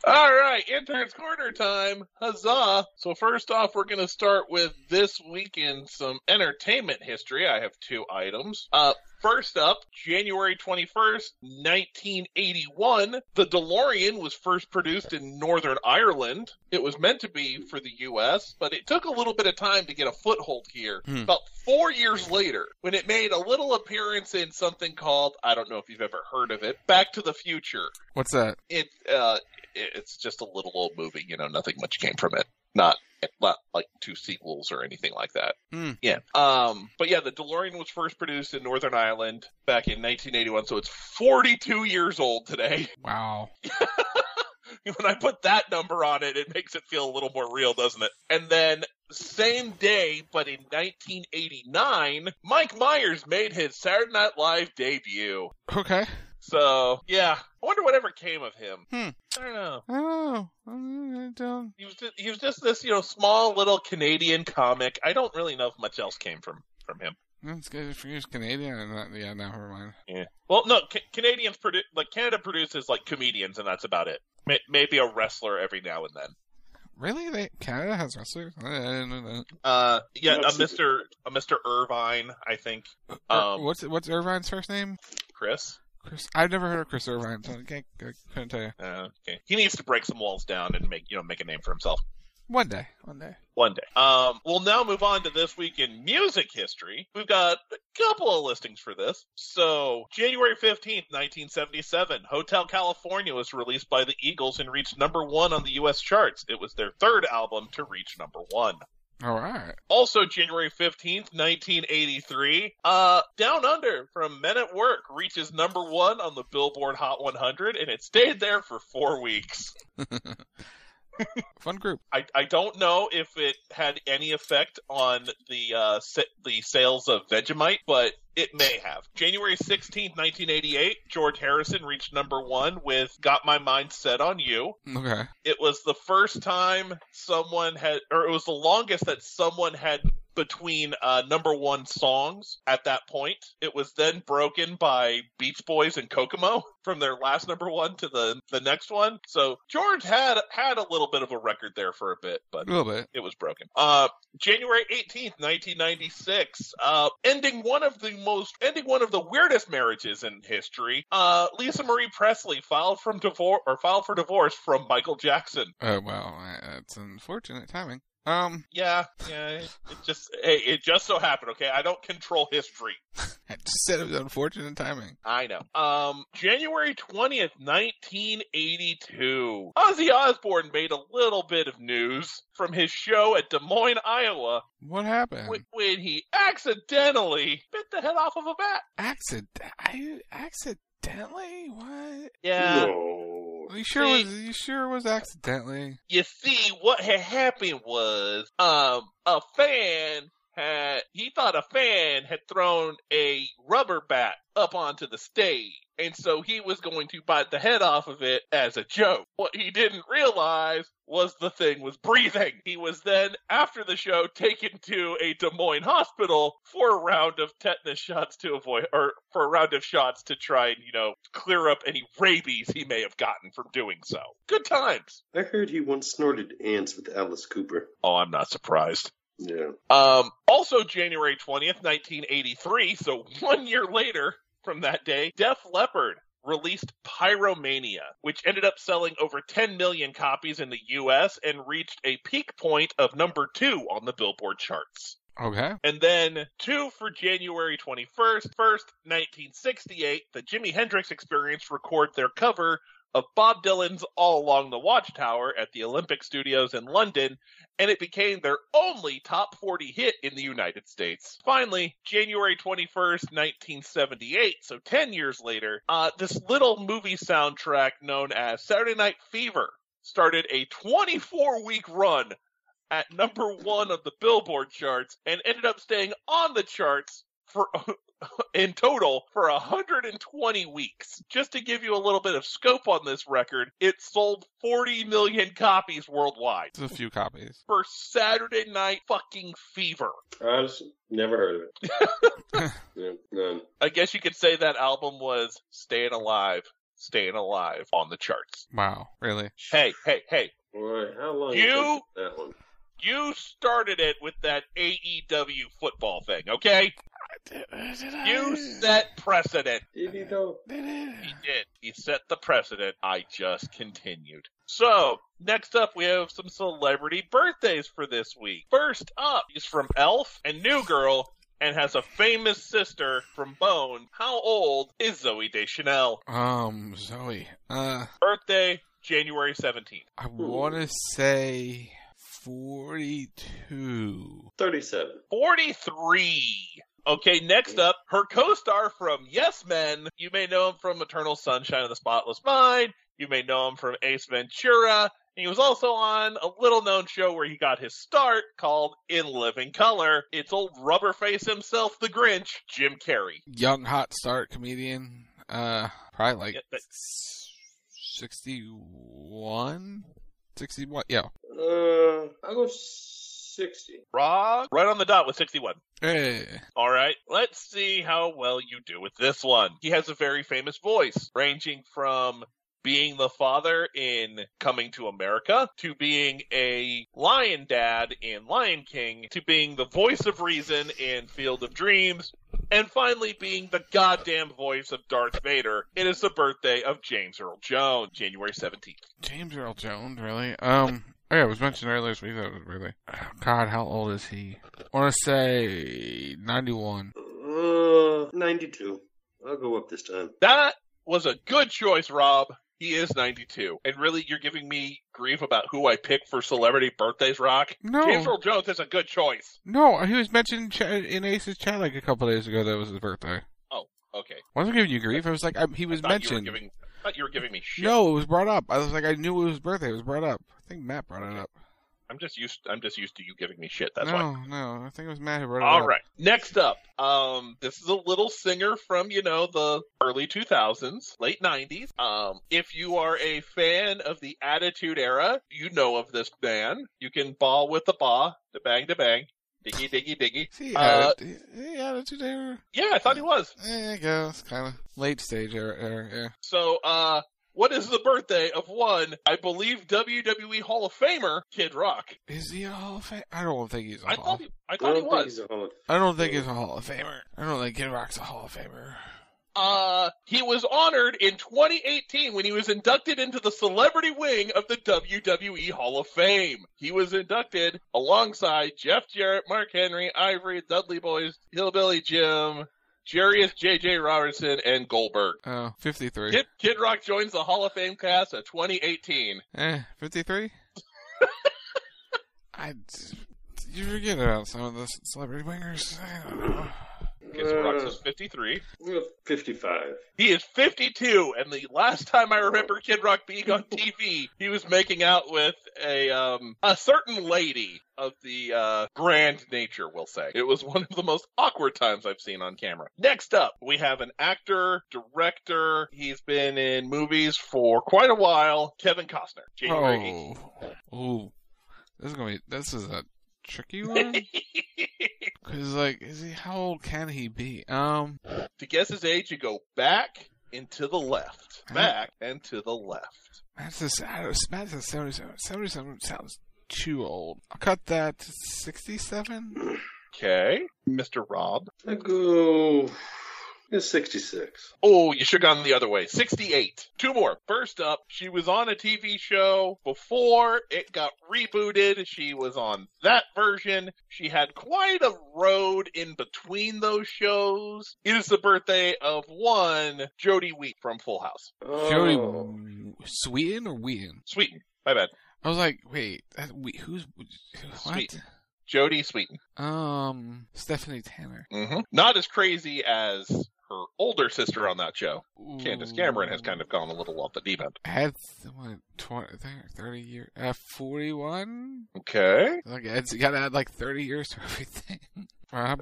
Speaker 5: All right, intern's corner time. Huzzah! So first off, we're gonna start with this weekend some entertainment history. I have two items. Uh, first up, January twenty first, nineteen eighty one. The DeLorean was first produced in Northern Ireland. It was meant to be for the U.S., but it took a little bit of time to get a foothold here.
Speaker 10: Hmm.
Speaker 5: About four years later, when it made a little appearance in something called I don't know if you've ever heard of it, Back to the Future
Speaker 10: What's that?
Speaker 5: it uh it- it's just a little old movie you know nothing much came from it not not like two sequels or anything like that yeah um but yeah the delorean was first produced in northern ireland back in 1981 so it's 42 years old today
Speaker 10: Wow.
Speaker 5: when I put that number on it, it makes it feel a little more real, doesn't it? And then same day, but in 1989, Mike Myers made his Saturday Night Live debut.
Speaker 10: Okay.
Speaker 5: So yeah, I wonder whatever came of him.
Speaker 10: Hmm.
Speaker 5: I don't know.
Speaker 10: Oh, I don't.
Speaker 5: He was just, he was just this you know small little Canadian comic. I don't really know if much else came from from him.
Speaker 10: That's good if you're Canadian. And not, yeah, no, never mind.
Speaker 5: Yeah. Well, no, ca- Canadians produ- like Canada produces like comedians, and that's about it. May- maybe a wrestler every now and then.
Speaker 10: Really? They Canada has wrestlers? I I didn't know that.
Speaker 5: Uh, yeah, a
Speaker 10: That's-
Speaker 5: Mister a Mister Irvine, I think.
Speaker 10: Ir-
Speaker 5: Um,
Speaker 10: what's what's Irvine's first name?
Speaker 5: Chris.
Speaker 10: Chris. I've never heard of Chris Irvine, so I, can't, I couldn't tell you.
Speaker 5: Uh, okay. He needs to break some walls down and make you know make a name for himself.
Speaker 10: One day. One day.
Speaker 5: One day. Um, we'll now move on to this week in music history. We've got a couple of listings for this. So, January 15th, 1977, Hotel California was released by the Eagles and reached number one on the U.S. charts. It was their third album to reach number one.
Speaker 10: All right.
Speaker 5: Also, January 15th, 1983, uh, Down Under from Men at Work reaches number one on the Billboard Hot 100, and it stayed there for four weeks.
Speaker 10: Fun group.
Speaker 5: I, I don't know if it had any effect on the uh, sa- the sales of Vegemite, but it may have. January 16th, 1988, George Harrison reached number one with Got My Mind Set on You.
Speaker 10: Okay.
Speaker 5: It was the first time someone had, or it was the longest that someone had between uh, number one songs at that point. It was then broken by Beach Boys and Kokomo from their last number one to the, the next one. So George had had a little bit of a record there for a bit, but
Speaker 10: A little bit.
Speaker 5: it was broken. Uh, January 18th, 1996, uh, ending one of the most, ending one of the weirdest marriages in history. Uh, Lisa Marie Presley filed from divorce, or filed for divorce from Michael Jackson.
Speaker 10: Oh well, I- that's unfortunate timing. Um,
Speaker 5: Yeah, yeah, it it just, hey, it just so happened, okay? I don't control history.
Speaker 10: I just said it was unfortunate timing.
Speaker 5: I know. Um, January 20th, 1982. Ozzy Osbourne made a little bit of news from his show at Des Moines, Iowa,
Speaker 10: What happened?
Speaker 5: when, when he accidentally bit the head off of a bat.
Speaker 10: Accident? I accidentally? What?
Speaker 5: Yeah.
Speaker 10: No. You sure
Speaker 5: See?
Speaker 10: was? You sure was accidentally?
Speaker 5: You see, what had happened was, um, a fan had, he thought a fan had thrown a rubber bat up onto the stage. And so he was going to bite the head off of it as a joke. What he didn't realize was the thing was breathing. He was then, after the show, taken to a Des Moines hospital for a round of tetanus shots to avoid, or for a round of shots to try and, you know, clear up any rabies he may have gotten from doing so. Good times.
Speaker 1: I heard he once snorted ants with Alice Cooper.
Speaker 5: Oh, I'm not surprised.
Speaker 1: Yeah.
Speaker 5: Um, also January 20th, 1983, so one year later from that day, Def Leppard released Pyromania, which ended up selling over 10 million copies in the US and reached a peak point of number two on the Billboard charts.
Speaker 10: Okay.
Speaker 5: And then two for January 21st, first 1968, the Jimi Hendrix Experience record their cover of Bob Dylan's All Along the Watchtower at the Olympic Studios in London, and it became their only top 40 hit in the United States. Finally, January 21st, 1978, so 10 years later, uh, this little movie soundtrack known as Saturday Night Fever started a 24 week run at number one of the Billboard charts and ended up staying on the charts for in total for 120 weeks. Just to give you a little bit of scope on this record, it sold 40 million copies worldwide
Speaker 10: Just a few copies.
Speaker 5: for Saturday Night Fucking Fever.
Speaker 1: I've never heard of it. yeah, none.
Speaker 5: I guess you could say that album was Staying Alive, Staying Alive on the charts.
Speaker 10: Wow, really?
Speaker 5: Hey, hey, hey.
Speaker 1: Boy, how long
Speaker 5: You-
Speaker 1: it took that one?
Speaker 5: You started it with that AEW football thing, okay? You set precedent.
Speaker 1: Did he though?
Speaker 5: He did. He set the precedent. I just continued. So, next up, we have some celebrity birthdays for this week. First up, he's from Elf and New Girl and has a famous sister from Bone. How old is Zoe Deschanel?
Speaker 10: Um, Zoe. Uh,
Speaker 5: Birthday, January 17th.
Speaker 10: I want to say 42.
Speaker 1: 37.
Speaker 5: 43. Okay, next up, her co-star from Yes Men. You may know him from Eternal Sunshine of the Spotless Mind. You may know him from Ace Ventura. And he was also on a little-known show where he got his start called In Living Color. It's old Rubberface himself, the Grinch, Jim Carrey.
Speaker 10: Young, hot start comedian. Uh, probably like
Speaker 5: Yeah, but-
Speaker 10: 61? 61? Yeah.
Speaker 1: Uh, I'll go 60.
Speaker 5: Rock, right on the dot with 61.
Speaker 10: Hey.
Speaker 5: All right, let's see how well you do with this one. He has a very famous voice, ranging from being the father in Coming to America to being a lion dad in Lion King to being the voice of reason in Field of Dreams and finally being the goddamn voice of Darth Vader. It is the birthday of James Earl Jones, January 17th.
Speaker 10: James Earl Jones, really? Um, oh yeah, it was mentioned earlier this week, that was really. God, how old is he? I want to say 91.
Speaker 1: Uh, 92. I'll go up this time.
Speaker 5: That was a good choice, Rob. He is 92. And really, you're giving me grief about who I pick for celebrity birthdays, Rock.
Speaker 10: No.
Speaker 5: James Earl Jones is a good choice.
Speaker 10: No, he was mentioned in, chat, in Ace's chat like a couple days ago that was his birthday.
Speaker 5: Oh, okay.
Speaker 10: Wasn't giving you grief. I was like, I, he was
Speaker 5: I thought you were
Speaker 10: mentioned.
Speaker 5: giving- I thought you were giving me shit.
Speaker 10: No, it was brought up. I was like, I knew it was his birthday. It was brought up. I think Matt brought it up.
Speaker 5: I'm just used. I'm just used to you giving me shit. That's
Speaker 10: no,
Speaker 5: why.
Speaker 10: no, I think it was Matt who brought it up.
Speaker 5: All right. Next up, um, this is a little singer from you know the early 2000s, late 90s. Um, if you are a fan of the Attitude Era, you know of this band. You can ball with the ba, the bang, the bang, diggy, diggy, diggy.
Speaker 10: See,
Speaker 5: Uh,
Speaker 10: attitude error.
Speaker 5: yeah, I thought he was.
Speaker 10: Eh, I guess kind of late stage error. error yeah.
Speaker 5: So, uh, what is the birthday of one, I believe, WWE Hall of Famer, Kid Rock?
Speaker 10: Is he a Hall of Fame? I don't think he's a
Speaker 5: I
Speaker 10: Hall.
Speaker 5: thought he, I thought he
Speaker 1: don't think
Speaker 5: was.
Speaker 1: he's a Hall of-
Speaker 10: I don't think he's a Hall of Famer. I don't think Kid Rock's a Hall of Famer.
Speaker 5: Uh, he was honored in 2018 when he was inducted into the celebrity wing of the WWE Hall of Fame. He was inducted alongside Jeff Jarrett, Mark Henry, Ivory, Dudley Boys, Hillbilly Jim, Jarius J.J. Robertson, and Goldberg.
Speaker 10: Oh, 53.
Speaker 5: Kid, Kid Rock joins the Hall of Fame cast of 2018.
Speaker 10: Eh, 53? I. You forget about some of the celebrity wingers. I don't know.
Speaker 5: Because Rox is 53.
Speaker 1: 55.
Speaker 5: He is 52, and the last time I remember Kid Rock being on TV, he was making out with a um a certain lady of the uh, grand nature, we'll say. It was one of the most awkward times I've seen on camera. Next up, we have an actor, director. He's been in movies for quite a while. Kevin Costner, January 18th.
Speaker 10: Oh, Ooh. this is gonna be this is a tricky one. Cause like, is he how old can he be? Um,
Speaker 5: To guess his age, you go back and to the left, back and to the left.
Speaker 10: that's a I don't know, that's a 77. 77 sounds too old. I'll cut that to 67.
Speaker 5: Okay, Mr. Rob.
Speaker 1: I go. It's 66.
Speaker 5: Oh, you should have gone the other way. 68. Two more. First up, she was on a TV show before it got rebooted. She was on that version. She had quite a road in between those shows. It is the birthday of one Jodie Wheat from Full House.
Speaker 10: Jody
Speaker 1: Oh,
Speaker 5: Oh.
Speaker 10: Sweeten or Wheaton?
Speaker 5: Sweeten. My bad.
Speaker 10: I was like, wait, that, wait who's what?
Speaker 5: Sweeten. Jodie Sweeten.
Speaker 10: Um, Stephanie Tanner.
Speaker 5: hmm Not as crazy as her older sister on that show. Candace Cameron
Speaker 10: Hmm.
Speaker 5: has kind of gone a little off the deep end.
Speaker 10: Had what 20, 30 years? Uh, forty-one.
Speaker 5: Okay.
Speaker 10: Like, it's, you gotta add like thirty years to everything. Rob,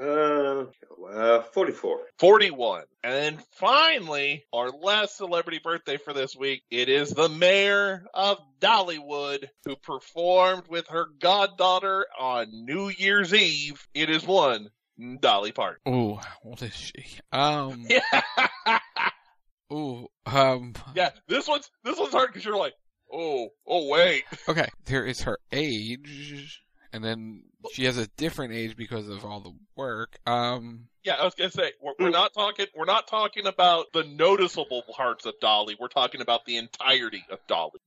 Speaker 1: Uh, uh, 44.
Speaker 5: 41. And finally, our last celebrity birthday for this week, it is the mayor of Dollywood who performed with her goddaughter on New Year's Eve. It is one Dolly Parton.
Speaker 10: ooh, what is she? Um, ooh, um,
Speaker 5: Yeah, this one's this one's hard because you're like, oh, oh wait.
Speaker 10: okay. There is her age, and then she has a different age because of all the work. Um,
Speaker 5: Yeah, I was gonna say we're, we're not talking we're not talking about the noticeable parts of Dolly. We're talking about the entirety of Dolly.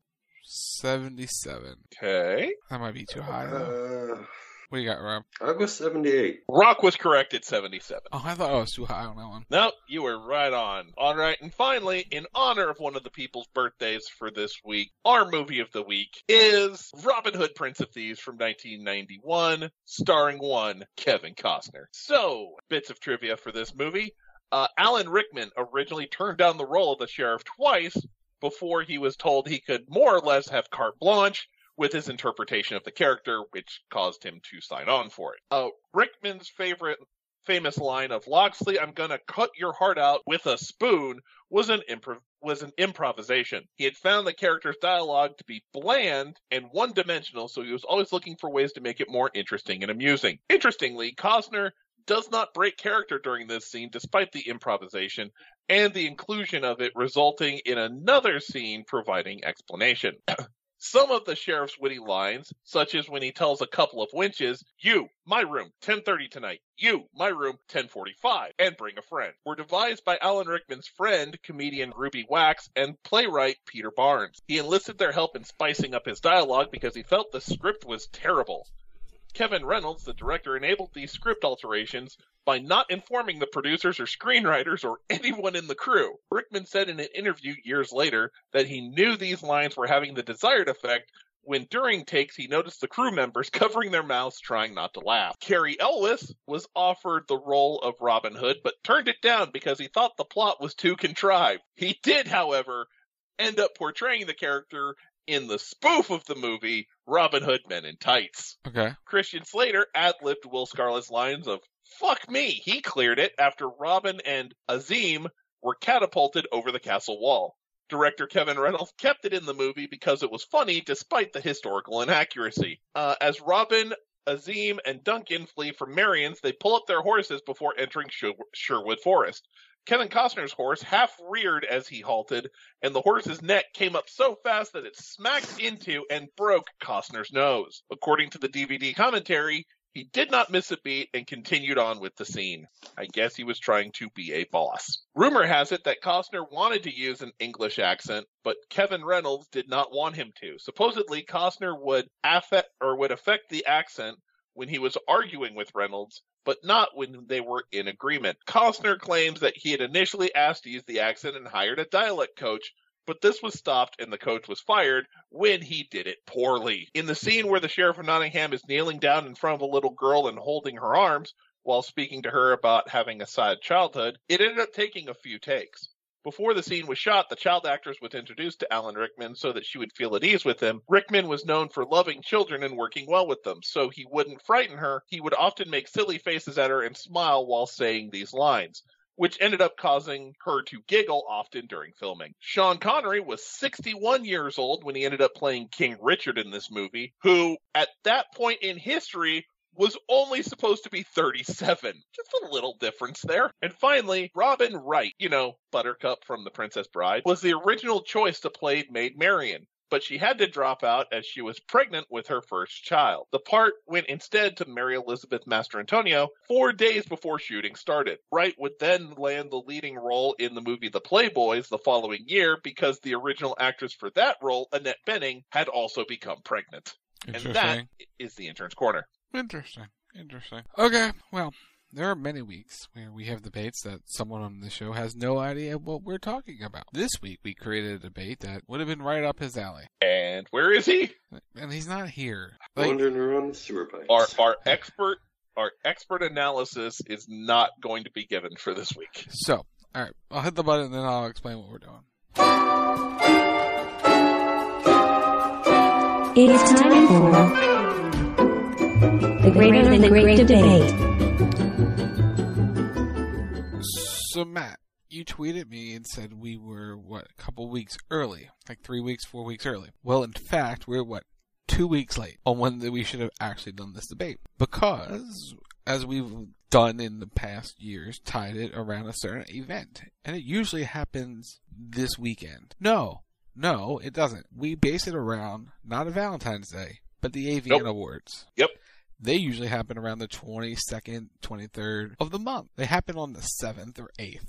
Speaker 10: seventy-seven.
Speaker 5: Okay.
Speaker 10: That might be too high though. what do you got, Rob?
Speaker 1: I Uh, go 78.
Speaker 5: Rock was correct at 77.
Speaker 10: Oh, I thought I was too high on that one.
Speaker 5: Nope, you were right on. All right, and finally, in honor of one of the people's birthdays for this week, our movie of the week is Robin Hood Prince of Thieves from 1991, starring one Kevin Costner. So, bits of trivia for this movie. Uh, Alan Rickman originally turned down the role of the sheriff twice before he was told he could more or less have carte blanche with his interpretation of the character, which caused him to sign on for it. Uh, Rickman's favorite famous line of Loxley, "I'm gonna cut your heart out with a spoon," was an improv was an improvisation. He had found the character's dialogue to be bland and one-dimensional, so he was always looking for ways to make it more interesting and amusing. Interestingly, Costner does not break character during this scene despite the improvisation and the inclusion of it resulting in another scene providing explanation. Some of the sheriff's witty lines, such as when he tells a couple of winches, "You, my room, 10:30 tonight. You, my room, 10:45, and bring a friend," were devised by Alan Rickman's friend, comedian Ruby Wax, and playwright Peter Barnes. He enlisted their help in spicing up his dialogue because he felt the script was terrible. Kevin Reynolds, the director, enabled these script alterations by not informing the producers or screenwriters or anyone in the crew. Rickman said in an interview years later that he knew these lines were having the desired effect when during takes he noticed the crew members covering their mouths trying not to laugh. Carrie Elwes was offered the role of Robin Hood but turned it down because he thought the plot was too contrived. He did, however, end up portraying the character in the spoof of the movie Robin Hood Men in Tights.
Speaker 10: Okay.
Speaker 5: Christian Slater ad-libbed Will Scarlet's lines of "Fuck me." He cleared it after Robin and Azim were catapulted over the castle wall. Director Kevin Reynolds kept it in the movie because it was funny despite the historical inaccuracy. Uh, as Robin, Azim, and Duncan flee from Marion's, they pull up their horses before entering Sher- Sherwood Forest. Kevin Costner's horse half reared as he halted, and the horse's neck came up so fast that it smacked into and broke Costner's nose. According to the DVD commentary, he did not miss a beat and continued on with the scene. I guess he was trying to be a boss. Rumor has it that Costner wanted to use an English accent, but Kevin Reynolds did not want him to. Supposedly, Costner would affect or would affect the accent when he was arguing with Reynolds, but not when they were in agreement. Costner claims that he had initially asked to use the accent and hired a dialect coach, but this was stopped and the coach was fired when he did it poorly. In the scene where the sheriff of Nottingham is kneeling down in front of a little girl and holding her arms, while speaking to her about having a sad childhood, it ended up taking a few takes. Before the scene was shot, the child actress was introduced to Alan Rickman so that she would feel at ease with him. Rickman was known for loving children and working well with them, so he wouldn't frighten her. He would often make silly faces at her and smile while saying these lines, which ended up causing her to giggle often during filming. Sean Connery was 61 years old when he ended up playing King Richard in this movie, who at that point in history was only supposed to be 37. Just a little difference there. And finally, Robin Wright, you know, Buttercup from The Princess Bride, was the original choice to play Maid Marian. But she had to drop out as she was pregnant with her first child. The part went instead to Mary Elizabeth Master Antonio four days before shooting started. Wright would then land the leading role in the movie The Playboys the following year because the original actress for that role, Annette Benning, had also become pregnant. And that
Speaker 10: Interesting.
Speaker 5: is the intern's corner.
Speaker 10: Interesting. Interesting. Okay, well, there are many weeks where we have debates that someone on the show has no idea what we're talking about. This week we created a debate that would have been right up his alley.
Speaker 5: And where is he?
Speaker 10: And he's not here.
Speaker 1: Wandering around the sewer pipe.
Speaker 5: Our our expert our expert analysis is not going to be given for this week.
Speaker 10: So, alright, I'll hit the button and then I'll explain what we're doing.
Speaker 13: It is time for the greater than great debate.
Speaker 10: So, Matt, you tweeted me and said we were, what, a couple weeks early? Like three weeks, four weeks early. Well, in fact, we're, what, two weeks late on when that we should have actually done this debate. Because, as we've done in the past years, tied it around a certain event. And it usually happens this weekend. No, no, it doesn't. We base it around not a Valentine's Day, but the AVN
Speaker 5: Nope.
Speaker 10: Awards.
Speaker 5: Yep.
Speaker 10: They usually happen around the 22nd, 23rd of the month. They happen on the 7th or 8th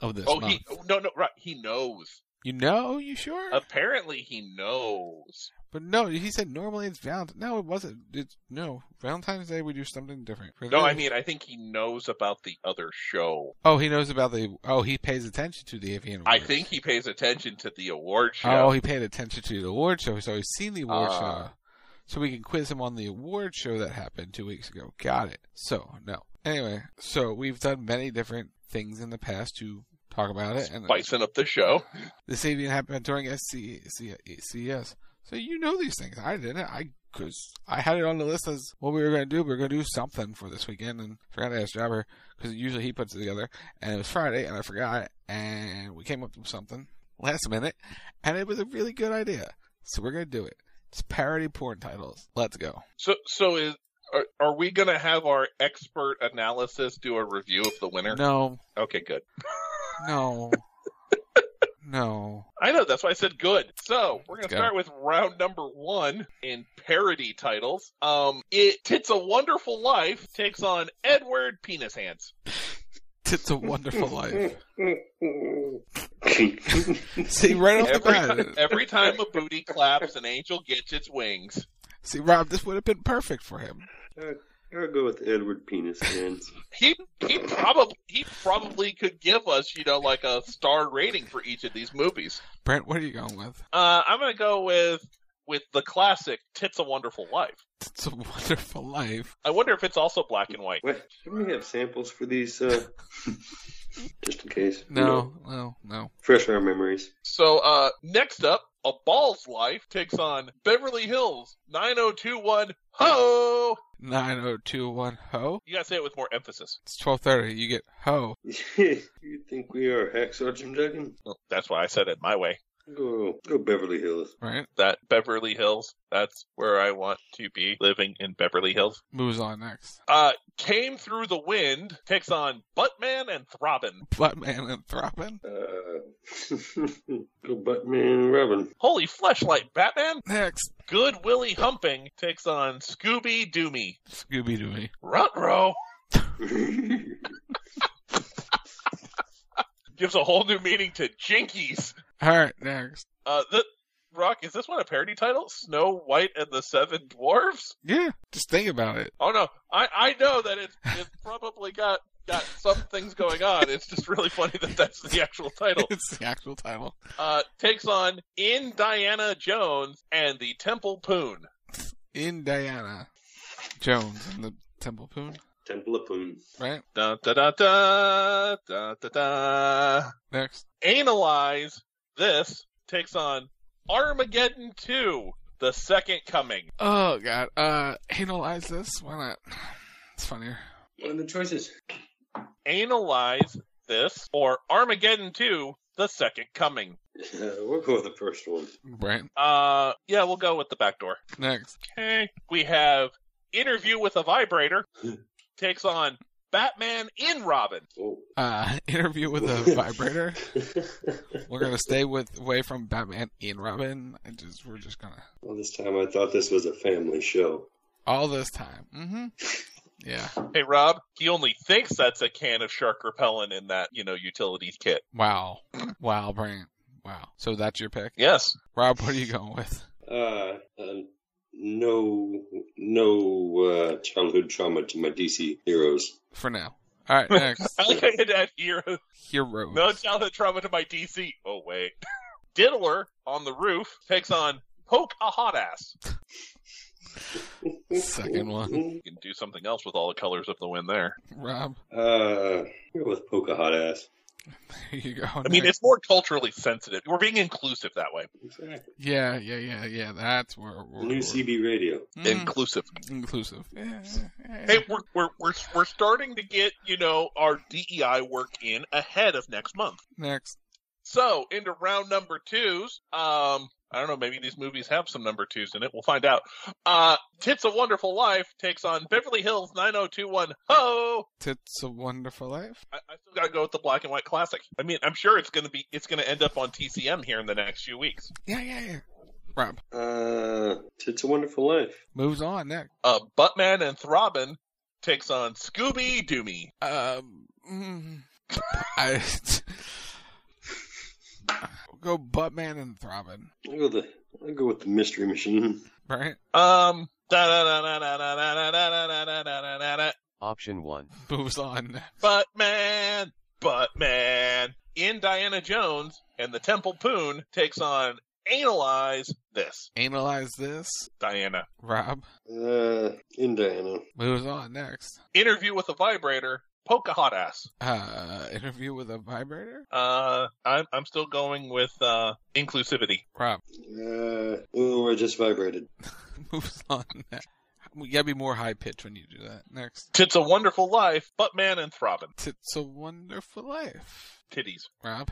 Speaker 10: of this
Speaker 5: oh,
Speaker 10: month.
Speaker 5: he oh, no no right he knows.
Speaker 10: You know, you
Speaker 5: Uh,
Speaker 10: sure?
Speaker 5: Apparently he knows.
Speaker 10: But no, he said normally it's Valentine's. No, it wasn't. It's no Valentine's Day. We do something different. For
Speaker 5: No, I
Speaker 10: this-
Speaker 5: mean I think he knows about the other show.
Speaker 10: Oh, he knows about the. Oh, he pays attention to the AVN.
Speaker 5: I think he pays attention to the award show.
Speaker 10: Oh, he paid attention to the award show, so he's seen the award
Speaker 5: Ah.
Speaker 10: show. So we can quiz him on the award show that happened two weeks ago. Got it. So no. Anyway, so we've done many different things in the past to talk about it, and
Speaker 5: spicing up the show.
Speaker 10: this AVN happened during SC, CES. So you know these things. I didn't. I because I had it on the list as what we were going to do. We were going to do something for this weekend, and forgot to ask Jabber because usually he puts it together. And it was Friday, and I forgot, and we came up with something last minute, and it was a really good idea. So we're going to do it. It's parody porn titles. Let's go.
Speaker 5: So so is are, are we gonna have our expert analysis do a review of the winner?
Speaker 10: No,
Speaker 5: Okay, good.
Speaker 10: no, no.
Speaker 5: I know, that's why I said good. So, we're going
Speaker 10: Let's
Speaker 5: to
Speaker 10: go.
Speaker 5: start with round number one in parody titles. Um, it Tits a Wonderful Life takes on Edward Penis Hands.
Speaker 10: It's a wonderful life. See right off the
Speaker 5: every,
Speaker 10: bat.
Speaker 5: ti- every time a booty claps, an angel gets its wings.
Speaker 10: See, Rob, this would have been perfect for him.
Speaker 1: I'll go with Edward Penis Hands.
Speaker 5: He he probably he probably could give us, you know, like a star rating for each of these movies.
Speaker 10: Brent, what are you going with?
Speaker 5: Uh, I'm going to go with with the classic Tits a Wonderful Life.
Speaker 10: It's a wonderful life.
Speaker 5: I wonder if it's also black and white.
Speaker 1: Wait, shouldn't we have samples for these, uh, just in case? you
Speaker 10: No,
Speaker 1: know,
Speaker 10: no, no.
Speaker 1: Fresh our memories.
Speaker 5: So uh next up, a ball's life takes on Beverly Hills 9021 ho.
Speaker 10: 9021 ho.
Speaker 5: You gotta say it with more emphasis.
Speaker 10: It's 1230. You get ho.
Speaker 1: you think we are hack sergeant Duggan?
Speaker 5: Well, that's why I said it my way.
Speaker 1: Go, go Beverly Hills.
Speaker 10: Right.
Speaker 5: That Beverly Hills, that's where I want to be living in Beverly Hills.
Speaker 10: Moves on next.
Speaker 5: Uh Came Through the Wind takes on Buttman and Throbbin.
Speaker 10: Buttman and Throbbing.
Speaker 1: Uh, go Buttman Robin.
Speaker 5: Holy fleshlight, Batman!
Speaker 10: Next.
Speaker 5: Good Willie Humping takes on Scooby Doomy.
Speaker 10: Scooby Dooby.
Speaker 5: Rutrow gives a whole new meaning to Jinkies.
Speaker 10: Alright, next.
Speaker 5: Uh, the Rock, is this one a parody title? Snow White and the Seven Dwarfs?
Speaker 10: Yeah, just think about it.
Speaker 5: Oh no, I I know that it's it's probably got got some things going on. It's just really funny that that's the actual title.
Speaker 10: It's the actual title.
Speaker 5: Uh, takes on in Diana Jones and the Temple Poon.
Speaker 10: In Diana Jones and the Temple Poon.
Speaker 1: Temple of Poon.
Speaker 10: Right.
Speaker 5: Da da da da da da da.
Speaker 10: Next.
Speaker 5: Analyze this takes on Armageddon 2, the second coming.
Speaker 10: Oh god. Uh, analyze this. Why not? It's funnier.
Speaker 1: What are the choices?
Speaker 5: Analyze this or Armageddon 2, the second coming.
Speaker 1: Uh, we'll go with the first one.
Speaker 10: Right.
Speaker 5: Uh, yeah, we'll go with the back door.
Speaker 10: Next.
Speaker 5: Okay. We have Interview with a Vibrator takes on Batman in Robin.
Speaker 1: Oh.
Speaker 10: Uh, interview with a vibrator. we're gonna stay with away from Batman and Robin. I just we're just gonna
Speaker 1: Well, this time I thought this was a family show.
Speaker 10: all this time. Mm-hmm. Yeah.
Speaker 5: Hey, Rob, he only thinks that's a can of shark repellent in that, you know, utilities kit.
Speaker 10: Wow. Wow, Brian. Wow. So that's your pick.
Speaker 5: Yes.
Speaker 10: Rob, what are you going with?
Speaker 1: Uh, um, no, no uh, childhood trauma to my DC heroes.
Speaker 10: For now. All right. Next.
Speaker 5: I like how you had to add hero.
Speaker 10: Hero.
Speaker 5: No childhood trauma to my DC. Oh, wait. Diddler on the roof takes on Poke a Hot Ass.
Speaker 10: Second one.
Speaker 5: You can do something else with all the colors of the wind there.
Speaker 10: Rob.
Speaker 1: Uh, you're with poke a hot ass.
Speaker 10: There you go.
Speaker 5: I mean, it's more culturally sensitive. We're being inclusive that way.
Speaker 1: Exactly.
Speaker 10: Yeah, yeah, yeah, yeah. That's where we're, Mm-hmm.
Speaker 1: New CB radio.
Speaker 10: Mm.
Speaker 5: Inclusive.
Speaker 10: Inclusive. Yeah,
Speaker 5: Hey, we're, we're we're we're starting to get you know our DEI work in ahead of next month.
Speaker 10: Next.
Speaker 5: So into round number twos. Um, I don't know. Maybe these movies have some number twos in it. We'll find out. Uh, Tits a Wonderful Life takes on Beverly Hills 9021. Ho!
Speaker 10: Tits a Wonderful Life.
Speaker 5: I, I still gotta go with the black and white classic. I mean, I'm sure it's gonna be it's gonna end up on TCM here in the next few weeks.
Speaker 10: Yeah, yeah, yeah. Rob.
Speaker 1: Uh, it's a wonderful life.
Speaker 10: Moves on. Next.
Speaker 5: Uh, Buttman and Throbbin takes on Scooby Doomy.
Speaker 10: Um. mm, I. go Buttman and Throbbing.
Speaker 1: I go the I go with the mystery machine.
Speaker 10: Right.
Speaker 5: Um. Da da da da da da da da da da da da da.
Speaker 14: Option 1.
Speaker 10: Moves on.
Speaker 5: Buttman, Buttman. In Diana Jones and the Temple Poon takes on Analyze This.
Speaker 10: Analyze this.
Speaker 5: Diana.
Speaker 10: Rob.
Speaker 1: Uh, Indiana.
Speaker 10: Moves on. Next.
Speaker 5: Interview with a Vibrator. Poke a hot ass.
Speaker 10: Uh, interview with a vibrator.
Speaker 5: Uh, I'm I'm still going with uh inclusivity.
Speaker 10: Rob.
Speaker 1: Uh, ooh, I just vibrated.
Speaker 10: Moves on. Next. You gotta be more high pitched when you do that. Next.
Speaker 5: It's a wonderful life, Buttman and Throbbin.
Speaker 10: It's a wonderful life.
Speaker 5: Titties.
Speaker 10: Rob.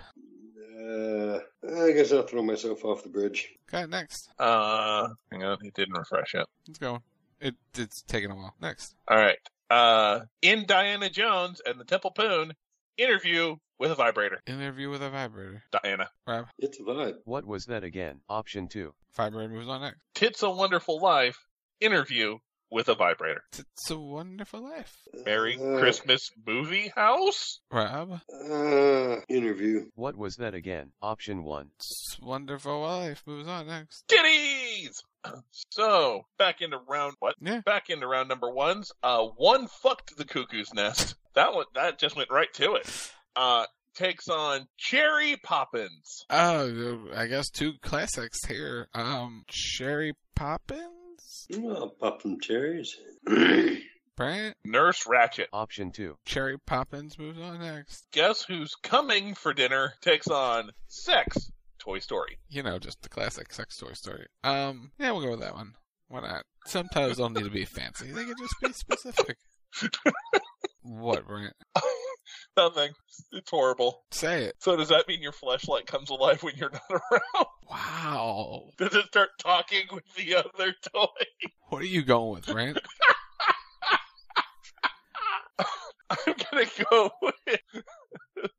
Speaker 1: Uh, I guess I'll throw myself off the bridge.
Speaker 10: Okay. Next.
Speaker 5: Uh, hang on, it didn't refresh yet.
Speaker 10: Let's go. It it's taking a while. Next.
Speaker 5: All right. Uh, in Diana Jones and the Temple Poon, interview with a vibrator.
Speaker 10: Interview with a vibrator.
Speaker 5: Diana.
Speaker 10: Rob.
Speaker 1: It's a vibe.
Speaker 14: What was that again? Option 2.
Speaker 10: Vibrator moves on next.
Speaker 5: Tits a Wonderful Life interview with a vibrator.
Speaker 10: It's a wonderful life.
Speaker 5: Merry Christmas movie house?
Speaker 10: Rob.
Speaker 1: Uh, interview.
Speaker 14: What was that again? Option 1.
Speaker 10: It's a wonderful life moves on next.
Speaker 5: Titties! So, back into round what?
Speaker 10: Yeah.
Speaker 5: Back into round number ones. Uh one fucked the cuckoo's nest. That one that just went right to it. Uh takes on Cherry Poppins.
Speaker 10: Oh, I guess two classics here. Um, Sherry Poppins,
Speaker 1: Ooh, I'll pop some cherries. Uh,
Speaker 10: Brant,
Speaker 5: Nurse Ratchet.
Speaker 14: Option 2.
Speaker 10: Cherry Poppins moves on next.
Speaker 5: Guess who's coming for dinner? Takes on Sex Toy Story.
Speaker 10: You know, just the classic sex toy story. Um, yeah, we'll go with that one. Why not? Some titles don't need to be fancy. They can just be specific. what, Brant?
Speaker 5: Nothing. It's horrible.
Speaker 10: Say it.
Speaker 5: So does that mean your flashlight comes alive when you're not around?
Speaker 10: Wow.
Speaker 5: Does it start talking with the other toy?
Speaker 10: What are you going with, Brant?
Speaker 5: I'm gonna go with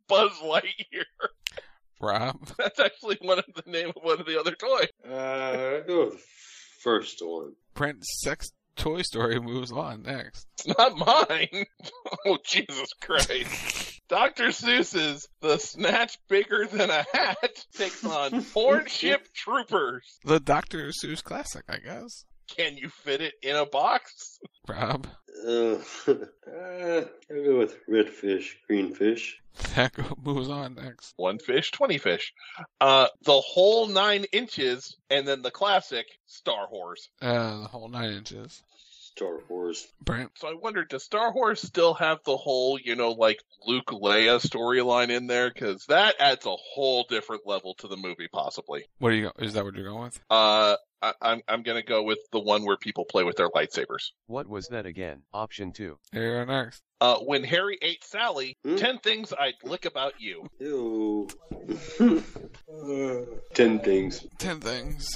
Speaker 5: Buzz Lightyear.
Speaker 10: Rob?
Speaker 5: That's actually one of the name of one of the other toy.
Speaker 1: Uh, I go with the first one.
Speaker 10: Brant's sex toy story moves on next.
Speaker 5: It's not mine. Oh Jesus Christ. Dr. Seuss's The Snatch Bigger Than a Hat takes on Porn Ship Troopers.
Speaker 10: The Dr. Seuss classic, I guess.
Speaker 5: Can you fit it in a box?
Speaker 10: Rob?
Speaker 1: Uh, uh, I'll go with red fish, green fish.
Speaker 10: That go- moves on next.
Speaker 5: One fish, twenty fish. Uh the whole nine inches and then the classic Star Horse.
Speaker 10: Uh, the whole nine inches.
Speaker 1: Star Wars.
Speaker 5: So I wondered, does Star Wars still have the whole, you know, like Luke Leia storyline in there? Because that adds a whole different level to the movie, possibly.
Speaker 10: What are you? Go- is that what you're going with?
Speaker 5: Uh, I, I'm I'm gonna go with the one where people play with their lightsabers.
Speaker 14: What was that again? Option 2.
Speaker 10: You're next.
Speaker 5: Uh, when Harry ate Sally, ten things I'd lick about you.
Speaker 1: Ew. Uh, Ten things.
Speaker 10: Ten things.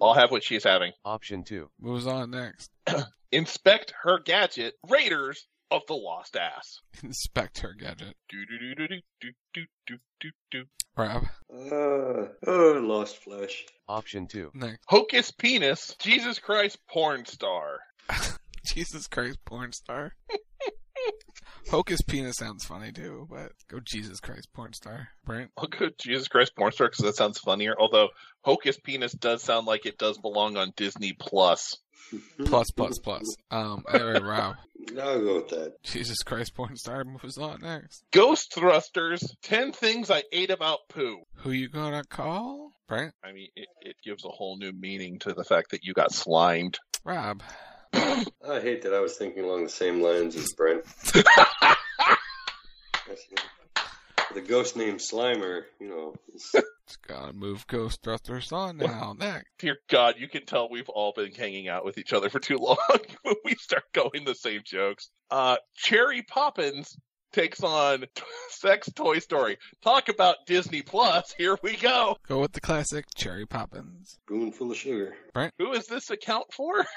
Speaker 5: I'll have what she's having.
Speaker 14: Option 2.
Speaker 10: What was on next?
Speaker 5: Inspect her gadget. Raiders of the Lost Ass.
Speaker 10: Inspect her gadget.
Speaker 5: Do-do-do-do-do-do-do-do-do.
Speaker 10: Rob.
Speaker 1: Uh, oh, Lost Flesh.
Speaker 14: Option 2.
Speaker 10: Next.
Speaker 5: Hocus penis. Jesus Christ porn star.
Speaker 10: Jesus Christ, porn star. Hocus penis sounds funny too, but go Jesus Christ, porn star. Brent.
Speaker 5: I'll go Jesus Christ porn star because that sounds funnier. Although Hocus penis does sound like it does belong on Disney Plus.
Speaker 10: Plus, plus, plus. Um, anyway, Rob.
Speaker 1: I'll go with that.
Speaker 10: Jesus Christ, porn star moves on next.
Speaker 5: Ghost thrusters. Ten things I ate about poo.
Speaker 10: Who you gonna call? Brent.
Speaker 5: I mean, it, it gives a whole new meaning to the fact that you got slimed.
Speaker 10: Rob.
Speaker 1: I hate that I was thinking along the same lines as Brent. the ghost named Slimer, you know.
Speaker 10: It's gotta move Ghost Thrusters on now. Next.
Speaker 5: Dear God, you can tell we've all been hanging out with each other for too long when we start going the same jokes. Uh, Cherry Poppins takes on Sex Toy Story. Talk about Disney Plus. Here we go.
Speaker 10: Go with the classic Cherry Poppins.
Speaker 1: Spoonful of sugar.
Speaker 10: Brent.
Speaker 5: Who is this account for?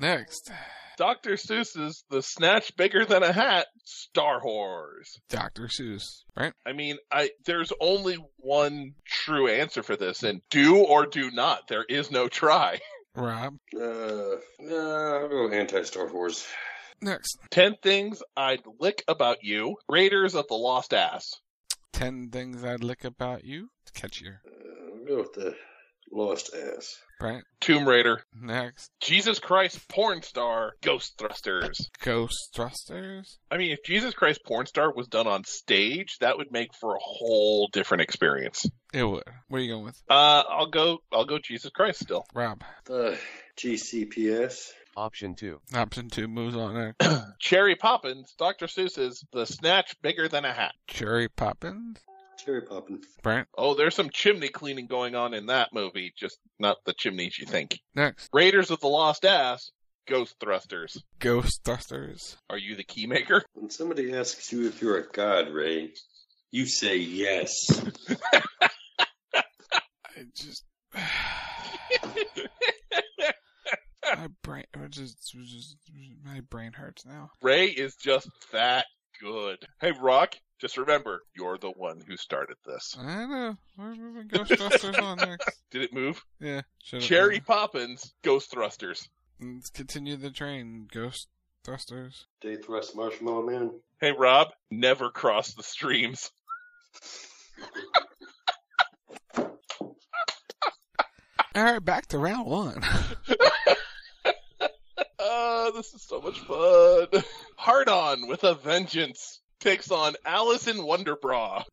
Speaker 10: Next.
Speaker 5: Dr. Seuss's The Snatch Bigger Than a Hat, Star Wars.
Speaker 10: Dr. Seuss. Brent.
Speaker 5: I mean, I there's only one true answer for this, and do or do not. There is no try.
Speaker 10: Rob.
Speaker 1: Uh, nah, I'll go anti Star Wars.
Speaker 10: Next.
Speaker 5: Ten things I'd lick about you. Raiders of the Lost Ass.
Speaker 10: Ten things I'd lick about you. Catchier.
Speaker 1: Uh, I'll go with the lost ass.
Speaker 10: Brent.
Speaker 5: Tomb Raider.
Speaker 10: Next.
Speaker 5: Jesus Christ porn star. Ghost thrusters.
Speaker 10: Ghost Thrusters.
Speaker 5: I mean, if Jesus Christ porn star was done on stage, that would make for a whole different experience.
Speaker 10: It would. What are you going with?
Speaker 5: Uh, I'll go. I'll go. Jesus Christ still.
Speaker 10: Rob.
Speaker 1: The GCPS.
Speaker 14: Option 2.
Speaker 10: Option two moves on next.
Speaker 5: Cherry Poppins. Dr. Seuss's The Snatch Bigger Than a Hat.
Speaker 10: Cherry Poppins.
Speaker 1: Cherry poppin'.
Speaker 10: Brent.
Speaker 5: Oh, there's some chimney cleaning going on in that movie, just not the chimneys you think.
Speaker 10: Next.
Speaker 5: Raiders of the Lost Ass. Ghost thrusters.
Speaker 10: Ghost Thrusters.
Speaker 5: Are you the keymaker?
Speaker 1: When somebody asks you if you're a god, Ray, you say yes.
Speaker 10: I just. my brain, it just, it just, my brain hurts now.
Speaker 5: Ray is just that good. Hey, Rock, just remember, you're the one who started this.
Speaker 10: I know. We're moving Ghostbusters on next.
Speaker 5: Did it move?
Speaker 10: Yeah. should've
Speaker 5: Cherry Poppins, Ghost Thrusters.
Speaker 10: been. Let's continue the train. Ghost Thrusters.
Speaker 1: Day thrust marshmallow man.
Speaker 5: Hey, Rob, never cross the streams.
Speaker 10: All right, back to round one.
Speaker 5: Ah, this is so much fun. Hard on with a vengeance takes on Alice in Wonderbra.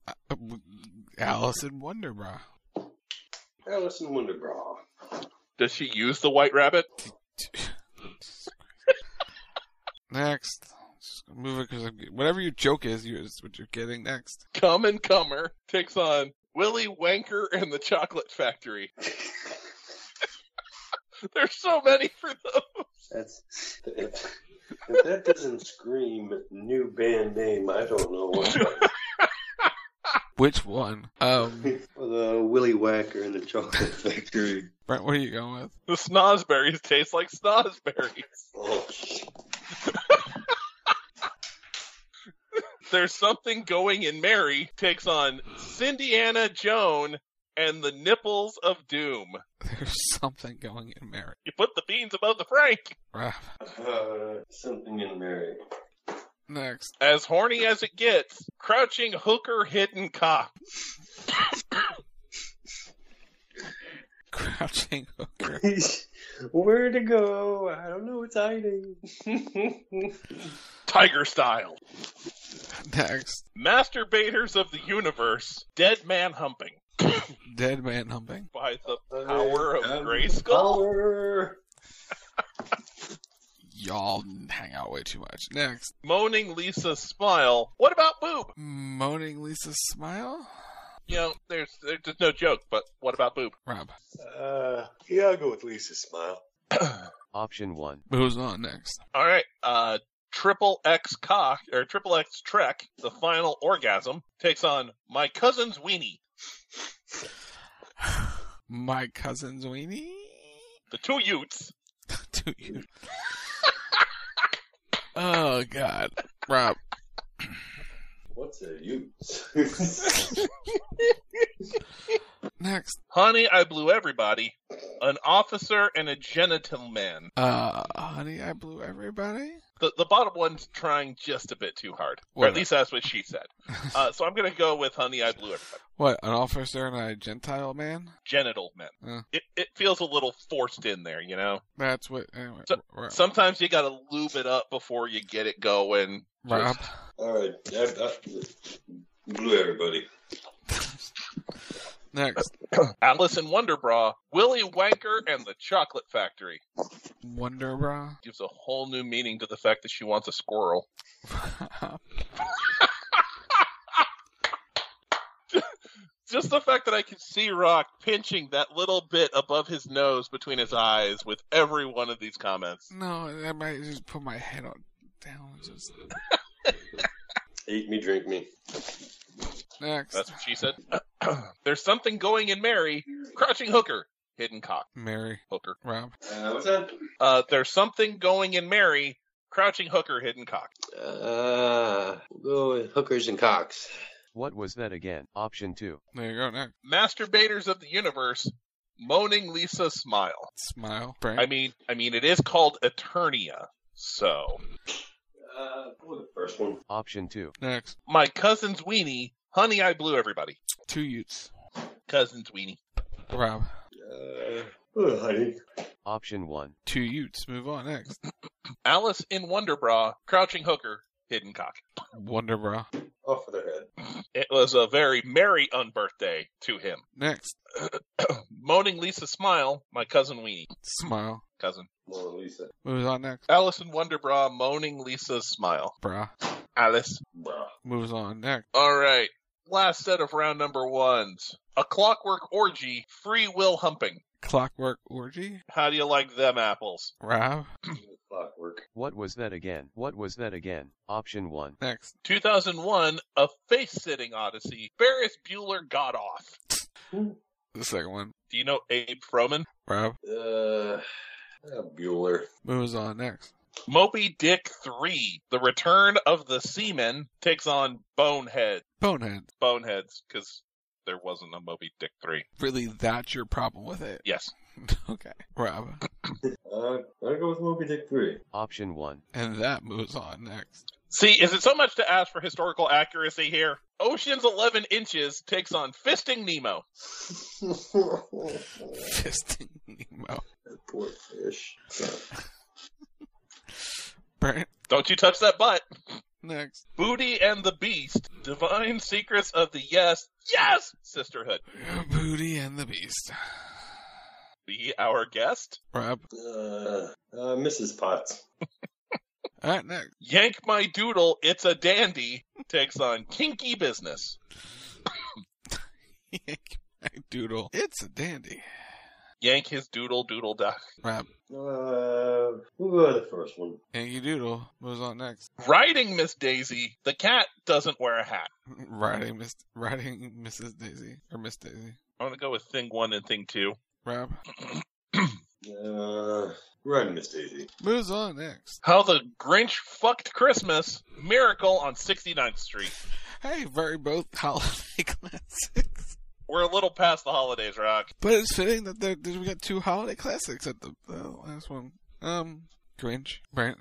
Speaker 10: Alice in Wonderbra.
Speaker 1: Alice in Wonderbra.
Speaker 5: Does she use the white rabbit?
Speaker 10: Next. Just gonna move it because whatever your joke is, you is what you're getting next.
Speaker 5: Come and Comer takes on Willy Wanker and the Chocolate Factory. There's so many for those.
Speaker 1: That's if, if that doesn't scream new band name, I don't know what.
Speaker 10: Which one? Um,
Speaker 1: the Willy Wacker and the Chocolate Factory.
Speaker 10: Brent, what are you going with?
Speaker 5: The snozberries taste like snozberries.
Speaker 1: Oh,
Speaker 5: There's something going in Mary takes on Cindiana Joan and the nipples of doom.
Speaker 10: There's something going in Mary.
Speaker 5: You put the beans above the frank.
Speaker 10: Rob.
Speaker 1: uh, something in Mary.
Speaker 10: Next.
Speaker 5: As horny as it gets, crouching hooker hidden cop.
Speaker 10: Crouching hooker.
Speaker 1: Where to go? I don't know what's hiding.
Speaker 5: Tiger style.
Speaker 10: Next.
Speaker 5: Masturbators of the universe. Dead man humping.
Speaker 10: Dead man humping.
Speaker 5: By the power
Speaker 1: Um,
Speaker 5: of Grayskull.
Speaker 1: power.
Speaker 10: y'all hang out way too much. Next.
Speaker 5: Moaning Lisa Smile. What about boob?
Speaker 10: Moaning Lisa Smile?
Speaker 5: You know, there's there's no joke, but what about boob?
Speaker 10: Rob.
Speaker 15: Uh, yeah, I'll go with Lisa Smile.
Speaker 14: Option 1.
Speaker 10: Who's on next?
Speaker 5: All right. Uh, Triple X Cock or Triple X Trek, the final orgasm takes on my cousin's weenie.
Speaker 10: My cousin's weenie?
Speaker 5: The two Utes.
Speaker 10: two Utes. oh, God. Rob.
Speaker 1: What's a you?
Speaker 10: Next.
Speaker 5: Honey, I blew everybody. An officer and a genital man.
Speaker 10: Uh, honey, I blew everybody?
Speaker 5: The, the bottom one's trying just a bit too hard. or at
Speaker 10: Whatever.
Speaker 5: least that's what she said. Uh, so I'm going to go with Honey, I blew everybody.
Speaker 10: What, an officer and a Gentile man?
Speaker 5: Genital man.
Speaker 10: Uh,
Speaker 5: It, it feels a little forced in there, you know?
Speaker 10: that's what. Anyway,
Speaker 5: So,
Speaker 10: Ro-
Speaker 5: sometimes you got to lube it up before you get it going.
Speaker 10: Rob.
Speaker 1: All right, I, I, blew everybody.
Speaker 10: Next.
Speaker 5: Alice in Wonderbra, Willy Wanker, and the Chocolate Factory.
Speaker 10: Wonder Bra?
Speaker 5: Gives a whole new meaning to the fact that she wants a squirrel. Just the fact that I can see Rock pinching that little bit above his nose between his eyes with every one of these comments.
Speaker 10: No, I might just put my head on down. Just...
Speaker 1: Eat me, drink me.
Speaker 10: Next.
Speaker 5: That's what she said. There's something going in Mary. Crouching hooker. Hidden cock.
Speaker 10: Mary.
Speaker 5: Hooker.
Speaker 10: Rob.
Speaker 1: Uh, what's that?
Speaker 5: Uh, there's something going in Mary. Crouching hooker. Hidden cock.
Speaker 1: Uh, we'll go with hookers and cocks.
Speaker 14: What was that again? Option 2.
Speaker 10: There you go. Next.
Speaker 5: Masturbators of the universe. Moaning Lisa smile.
Speaker 10: Smile.
Speaker 5: I mean, I mean, it is called Eternia. So
Speaker 1: Uh, go with the first one.
Speaker 14: Option 2.
Speaker 10: Next.
Speaker 5: my cousin's weenie. Honey, I blew everybody.
Speaker 10: Two Utes.
Speaker 5: Cousin's weenie.
Speaker 10: Rob.
Speaker 1: Uh, oh, honey.
Speaker 14: Option 1.
Speaker 10: Two Utes. Move on. Next.
Speaker 5: Alice in Wonderbra. Crouching hooker. Hidden cock.
Speaker 10: Wonder Bra.
Speaker 1: Off with their head.
Speaker 5: It was a very merry unbirthday to him.
Speaker 10: Next.
Speaker 5: Moaning Lisa smile. My cousin weenie.
Speaker 10: Smile.
Speaker 5: Cousin.
Speaker 1: Mona Lisa.
Speaker 10: Moves on. Next.
Speaker 5: Alice in Wonderbra. Moaning Lisa smile.
Speaker 10: Bra.
Speaker 5: Alice.
Speaker 1: Bruh.
Speaker 10: Moves on. Next.
Speaker 5: All right. Last set of round number ones. A clockwork orgy. Free will humping.
Speaker 10: Clockwork Orgy.
Speaker 5: How do you like them apples?
Speaker 10: Rob.
Speaker 1: Clockwork.
Speaker 14: What was that again? What was that again? Option 1.
Speaker 10: Next.
Speaker 5: 2001, A Face Sitting Odyssey. Ferris Bueller got off.
Speaker 10: The second one.
Speaker 5: Do you know Abe Froman?
Speaker 10: Rob.
Speaker 1: Uh, uh, Bueller.
Speaker 10: Moves on. Next.
Speaker 5: Moby Dick 3, The Return of the Seaman, takes on Bonehead.
Speaker 10: Bonehead.
Speaker 5: Boneheads, because there wasn't a Moby Dick 3.
Speaker 10: Really, that's your problem with it.
Speaker 5: Yes.
Speaker 10: okay. Rob.
Speaker 1: Uh, I'll go with Moby Dick 3.
Speaker 14: Option 1.
Speaker 10: And that moves on. Next.
Speaker 5: See, is it so much to ask for historical accuracy here? Ocean's 11 Inches takes on Fisting Nemo.
Speaker 10: Fisting Nemo.
Speaker 1: Poor fish.
Speaker 10: Brent.
Speaker 5: Don't you touch that butt.
Speaker 10: Next.
Speaker 5: Booty and the Beast, Divine Secrets of the Yes, Yes! Sisterhood.
Speaker 10: Booty and the Beast.
Speaker 5: Be our guest.
Speaker 10: Rob.
Speaker 1: Uh, uh, Mrs. Potts.
Speaker 10: All right. Next.
Speaker 5: Yank My Doodle, It's a Dandy takes on Kinky Business.
Speaker 10: doodle. It's a dandy.
Speaker 5: Yank his doodle doodle duck.
Speaker 10: Rob.
Speaker 1: Uh, we'll go with the first one.
Speaker 10: Yankee Doodle moves on next.
Speaker 5: Riding Miss Daisy, the cat doesn't wear a hat.
Speaker 10: Riding Miss riding Mrs. Daisy. Or Miss Daisy.
Speaker 5: I'm gonna go with thing one and thing two.
Speaker 10: Rob.
Speaker 1: Uh, run, Miss Daisy.
Speaker 10: Moves on next.
Speaker 5: How the Grinch fucked Christmas, Miracle on 69th Street.
Speaker 10: Hey, very both holiday classics.
Speaker 5: We're a little past the holidays, Rock.
Speaker 10: But it's fitting that there, that we got two holiday classics at the, the last one. Um Grinch. Brent.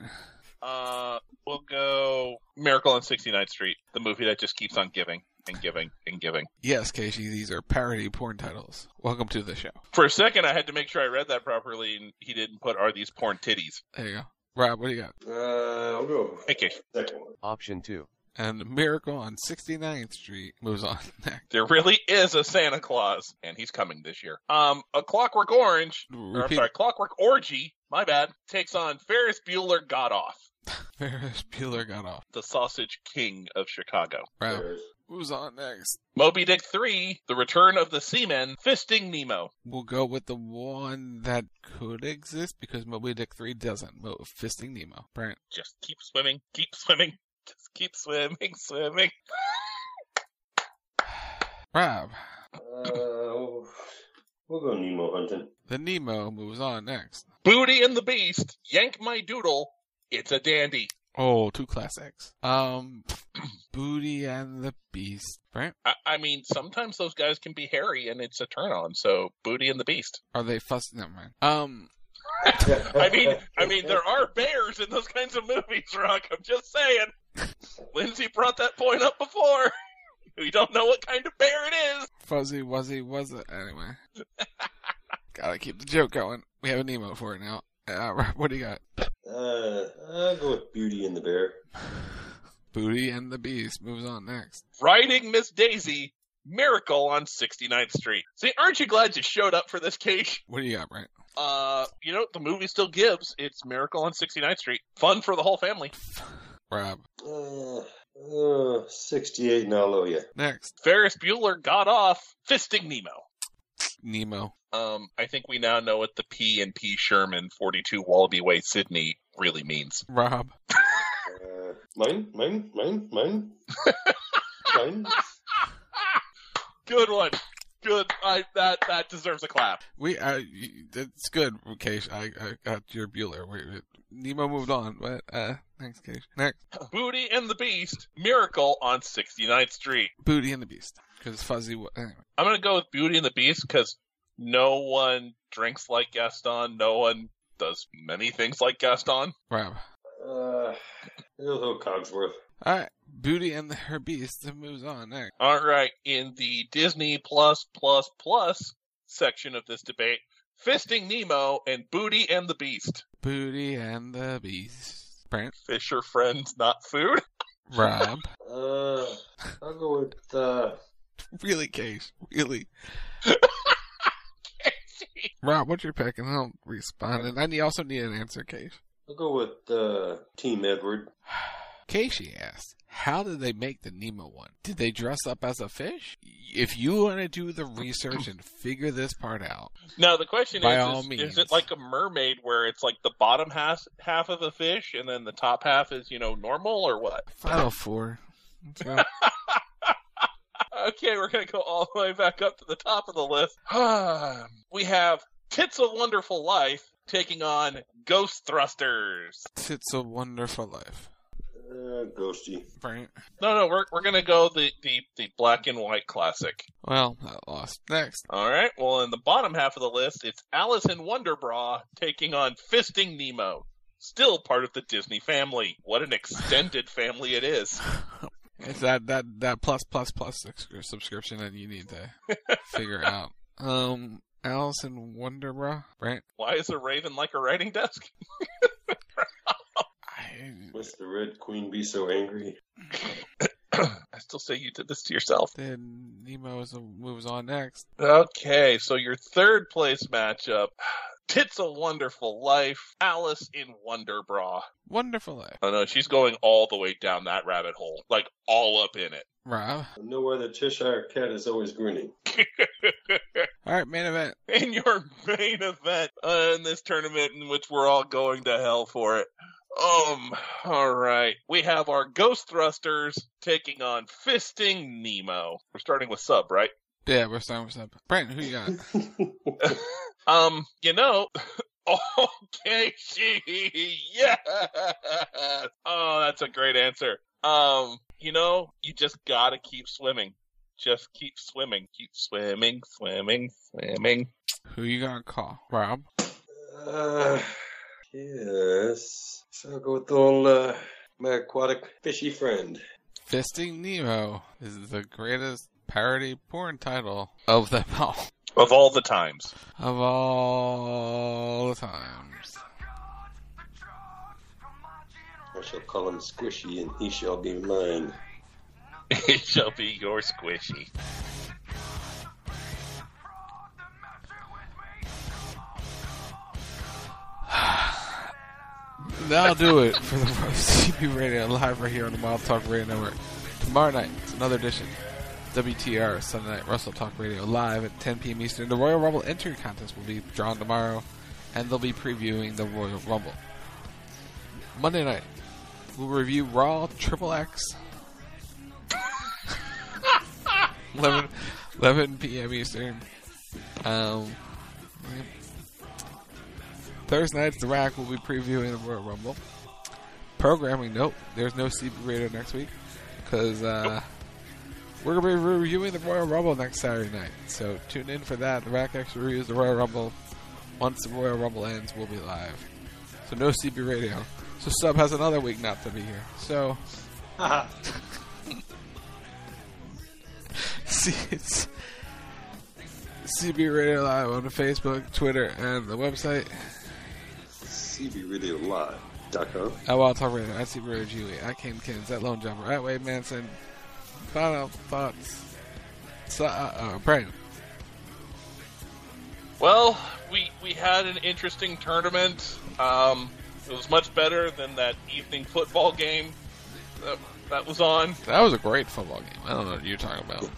Speaker 5: Uh, we'll go Miracle on 69th Street, the movie that just keeps on giving and giving and giving.
Speaker 10: Yes, Casey, these are parody porn titles. Welcome to the show.
Speaker 5: For a second, I had to make sure I read that properly, and he didn't put "Are these porn titties?"
Speaker 10: There you go. Rob, what do you got?
Speaker 1: Uh, I'll go with
Speaker 5: Okay,
Speaker 1: the second one.
Speaker 14: Option 2.
Speaker 10: And Miracle on 69th Street moves on next.
Speaker 5: there really is a Santa Claus, and he's coming this year. Um, a Clockwork Orange, or I'm
Speaker 10: Repeat.
Speaker 5: sorry, Clockwork Orgy, My bad. Takes on Ferris Bueller got off.
Speaker 10: Ferris Bueller got off.
Speaker 5: The Sausage King of Chicago.
Speaker 10: Wow. Who's on next?
Speaker 5: Moby Dick 3, The Return of the Seamen, Fisting Nemo.
Speaker 10: We'll go with the one that could exist because Moby Dick 3 doesn't move. Fisting Nemo. Brent.
Speaker 5: Just keep swimming, keep swimming, just keep swimming, swimming.
Speaker 10: Rob.
Speaker 1: Uh, we'll go Nemo hunting.
Speaker 10: The Nemo moves on next.
Speaker 5: Booty and the Beast, Yank My Doodle, It's a Dandy.
Speaker 10: Oh, two classics. Um, Booty and the Beast. Brent.
Speaker 5: I, I mean, sometimes those guys can be hairy and it's a turn on, so Booty and the Beast.
Speaker 10: Are they fussing? Never mind. Um,
Speaker 5: I mean, I mean, there are bears in those kinds of movies, Rock. I'm just saying. Lindsay brought that point up before. We don't know what kind of bear it is.
Speaker 10: Fuzzy Wuzzy was it anyway. Gotta keep the joke going. We have an emo for it now. Uh, Rob, what do you got?
Speaker 1: Uh, I'll go with Beauty and the Bear.
Speaker 10: Booty and the Beast moves on next.
Speaker 5: Riding Miss Daisy, Miracle on 69th Street. See, aren't you glad you showed up for this, Cage?
Speaker 10: What do you got, Brent?
Speaker 5: Uh, you know, the movie still gives. It's Miracle on 69th Street. Fun for the whole family.
Speaker 10: Rob.
Speaker 1: Uh, uh, 68 and I'll owe you.
Speaker 10: Next.
Speaker 5: Ferris Bueller got off fisting Nemo.
Speaker 10: Nemo.
Speaker 5: Um, I think we now know what the P and P Sherman 42 Wallaby Way, Sydney really means.
Speaker 10: Rob.
Speaker 1: Uh, mine, mine, mine, mine. mine.
Speaker 5: Good one. Good. I that that deserves a clap.
Speaker 10: We, uh, y- that's good, Cage. I, I got your Bueller. Wait, wait. Nemo moved on, but, uh, thanks, Cage. Next.
Speaker 5: Booty and the Beast, Miracle on 69th Street.
Speaker 10: Booty and the Beast. Because Fuzzy, wa- anyway.
Speaker 5: I'm gonna go with Beauty and the Beast because no one drinks like Gaston. No one does many things like Gaston.
Speaker 10: Rob.
Speaker 1: Uh, it'll go Cogsworth.
Speaker 10: Alright. Booty and the, her Beast moves on. Next.
Speaker 5: All right, in the Disney plus plus plus section of this debate, fisting Nemo and Booty and the Beast.
Speaker 10: Booty and the Beast. Brent.
Speaker 5: Fish are friends, not food.
Speaker 10: Rob.
Speaker 1: Uh, I'll go with, uh,
Speaker 10: really, Cage. Really. Rob, what's your pick? And I'll respond. And I need- also need an answer, Cage.
Speaker 1: I'll go with, uh, Team Edward.
Speaker 10: Casey asked, "How did they make the Nemo one? Did they dress up as a fish? If you want to do the research and figure this part out,
Speaker 5: Now the question
Speaker 10: By
Speaker 5: is,
Speaker 10: all
Speaker 5: is,
Speaker 10: means.
Speaker 5: is it like a mermaid where it's like the bottom half half of a fish and then the top half is, you know, normal or what?
Speaker 10: Final Four. Let's go.
Speaker 5: Okay, we're gonna go all the way back up to the top of the list. we have Tits a Wonderful Life taking on Ghost Thrusters.
Speaker 10: it's a wonderful life."
Speaker 1: Uh, Ghosty.
Speaker 10: Brent.
Speaker 5: No, no, we're we're gonna go the the, the black and white classic.
Speaker 10: Well, that lost. Next,
Speaker 5: All right. Well, in the bottom half of the list, it's Alice in Wonderbra taking on Fisting Nemo. Still part of the Disney family. What an extended family it is.
Speaker 10: it's that that that plus plus plus subscri- subscription that you need to figure out. Um, Alice in Wonderbra. Brent.
Speaker 5: Why is a raven like a writing desk?
Speaker 1: Must the Red Queen be so angry?
Speaker 5: I still say you did this to yourself.
Speaker 10: Then Nemo is- moves on next.
Speaker 5: Okay, so your third place matchup. Tits a Wonderful Life, Alice in Wonderbra.
Speaker 10: Wonderful life.
Speaker 5: Oh no, she's going all the way down that rabbit hole. Like all up in it.
Speaker 10: Rob.
Speaker 1: I know why the Cheshire Cat is always grinning.
Speaker 10: All right, main event.
Speaker 5: in your main event uh, in this tournament in which we're all going to hell for it. Um, all right. We have our Ghost Thrusters taking on Fisting Nemo. We're starting with sub, right?
Speaker 10: Yeah, we're starting with something. Brent, who you got?
Speaker 5: Um, you know, okay, she, yeah. Oh, that's a great answer. Um, you know, you just gotta keep swimming. Just keep swimming. Keep swimming, swimming, swimming.
Speaker 10: who you gonna call? Rob.
Speaker 1: Uh, yes. So I'll go with old, uh, my aquatic fishy friend.
Speaker 10: Fisting Nemo is the greatest parody porn title of them all.
Speaker 5: Of all the times.
Speaker 10: Of all the times.
Speaker 1: I shall call him Squishy, and he shall be mine.
Speaker 5: It shall be your squishy.
Speaker 10: That'll do it for the CB Radio live right here on the Wild Talk Radio Network. Tomorrow night, it's another edition. WTR Sunday night Russell Talk Radio live at 10 p.m. Eastern. The Royal Rumble entry contest will be drawn tomorrow, and they'll be previewing the Royal Rumble. Monday night, we'll review Raw Triple X. 11, 11 p.m. Eastern. Um, Thursday night, The Rack will be previewing the Royal Rumble. Programming, nope. There's no CB Radio next week because uh, we're going to be reviewing the Royal Rumble next Saturday night. So tune in for that. The Rack actually reviews the Royal Rumble. Once the Royal Rumble ends, we'll be live. So no CB Radio. So Sub has another week not to be here. So. See, it's CB Radio Live on Facebook, Twitter, and the website.
Speaker 1: CBRadioLive.com.
Speaker 10: At Wild Oh, Talk Radio, at CB Radio Julie, at Ken Kins, at Lone Jumper, at Wade Manson. Final thoughts. So, uh, uh, Brandon.
Speaker 5: Well, we we had an interesting tournament. Um, it was much better than that evening football game that, that was on.
Speaker 10: That was a great football game. I don't know what you're talking about.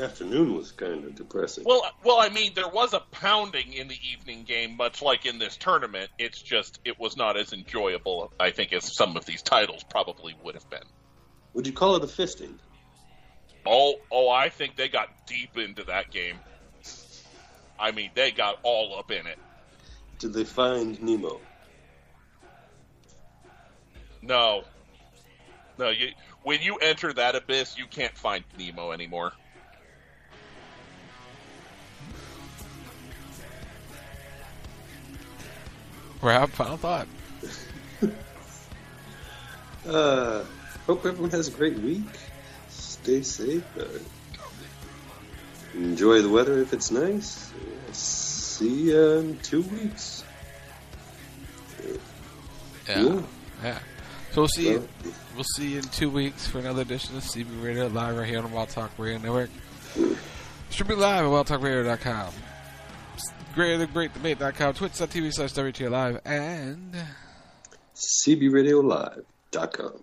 Speaker 1: Afternoon was kind of depressing.
Speaker 5: Well, well, I mean, there was a pounding in the evening game, much like in this tournament. It's just it was not as enjoyable, I think, as some of these titles probably would have been.
Speaker 1: Would you call it a fisting?
Speaker 5: Oh, oh, I think they got deep into that game. I mean, they got all up in it.
Speaker 1: Did they find Nemo?
Speaker 5: No, no, you. When you enter that abyss, you can't find Nemo anymore.
Speaker 10: Rob, final thought.
Speaker 1: Uh, hope everyone has a great week. Stay safe. Uh, enjoy the weather if it's nice. See you in two weeks.
Speaker 10: Yeah. Yeah. So we'll see. You, we'll see you in two weeks for another edition of CB Radio live right here on the Wild Talk Radio Network. Streaming live at WildTalkRadio.com. GreatDebate.com, Twitch.tv slash WTA Live, and
Speaker 1: CBRadioLive.com.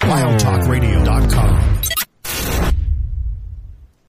Speaker 16: WildTalkRadio.com.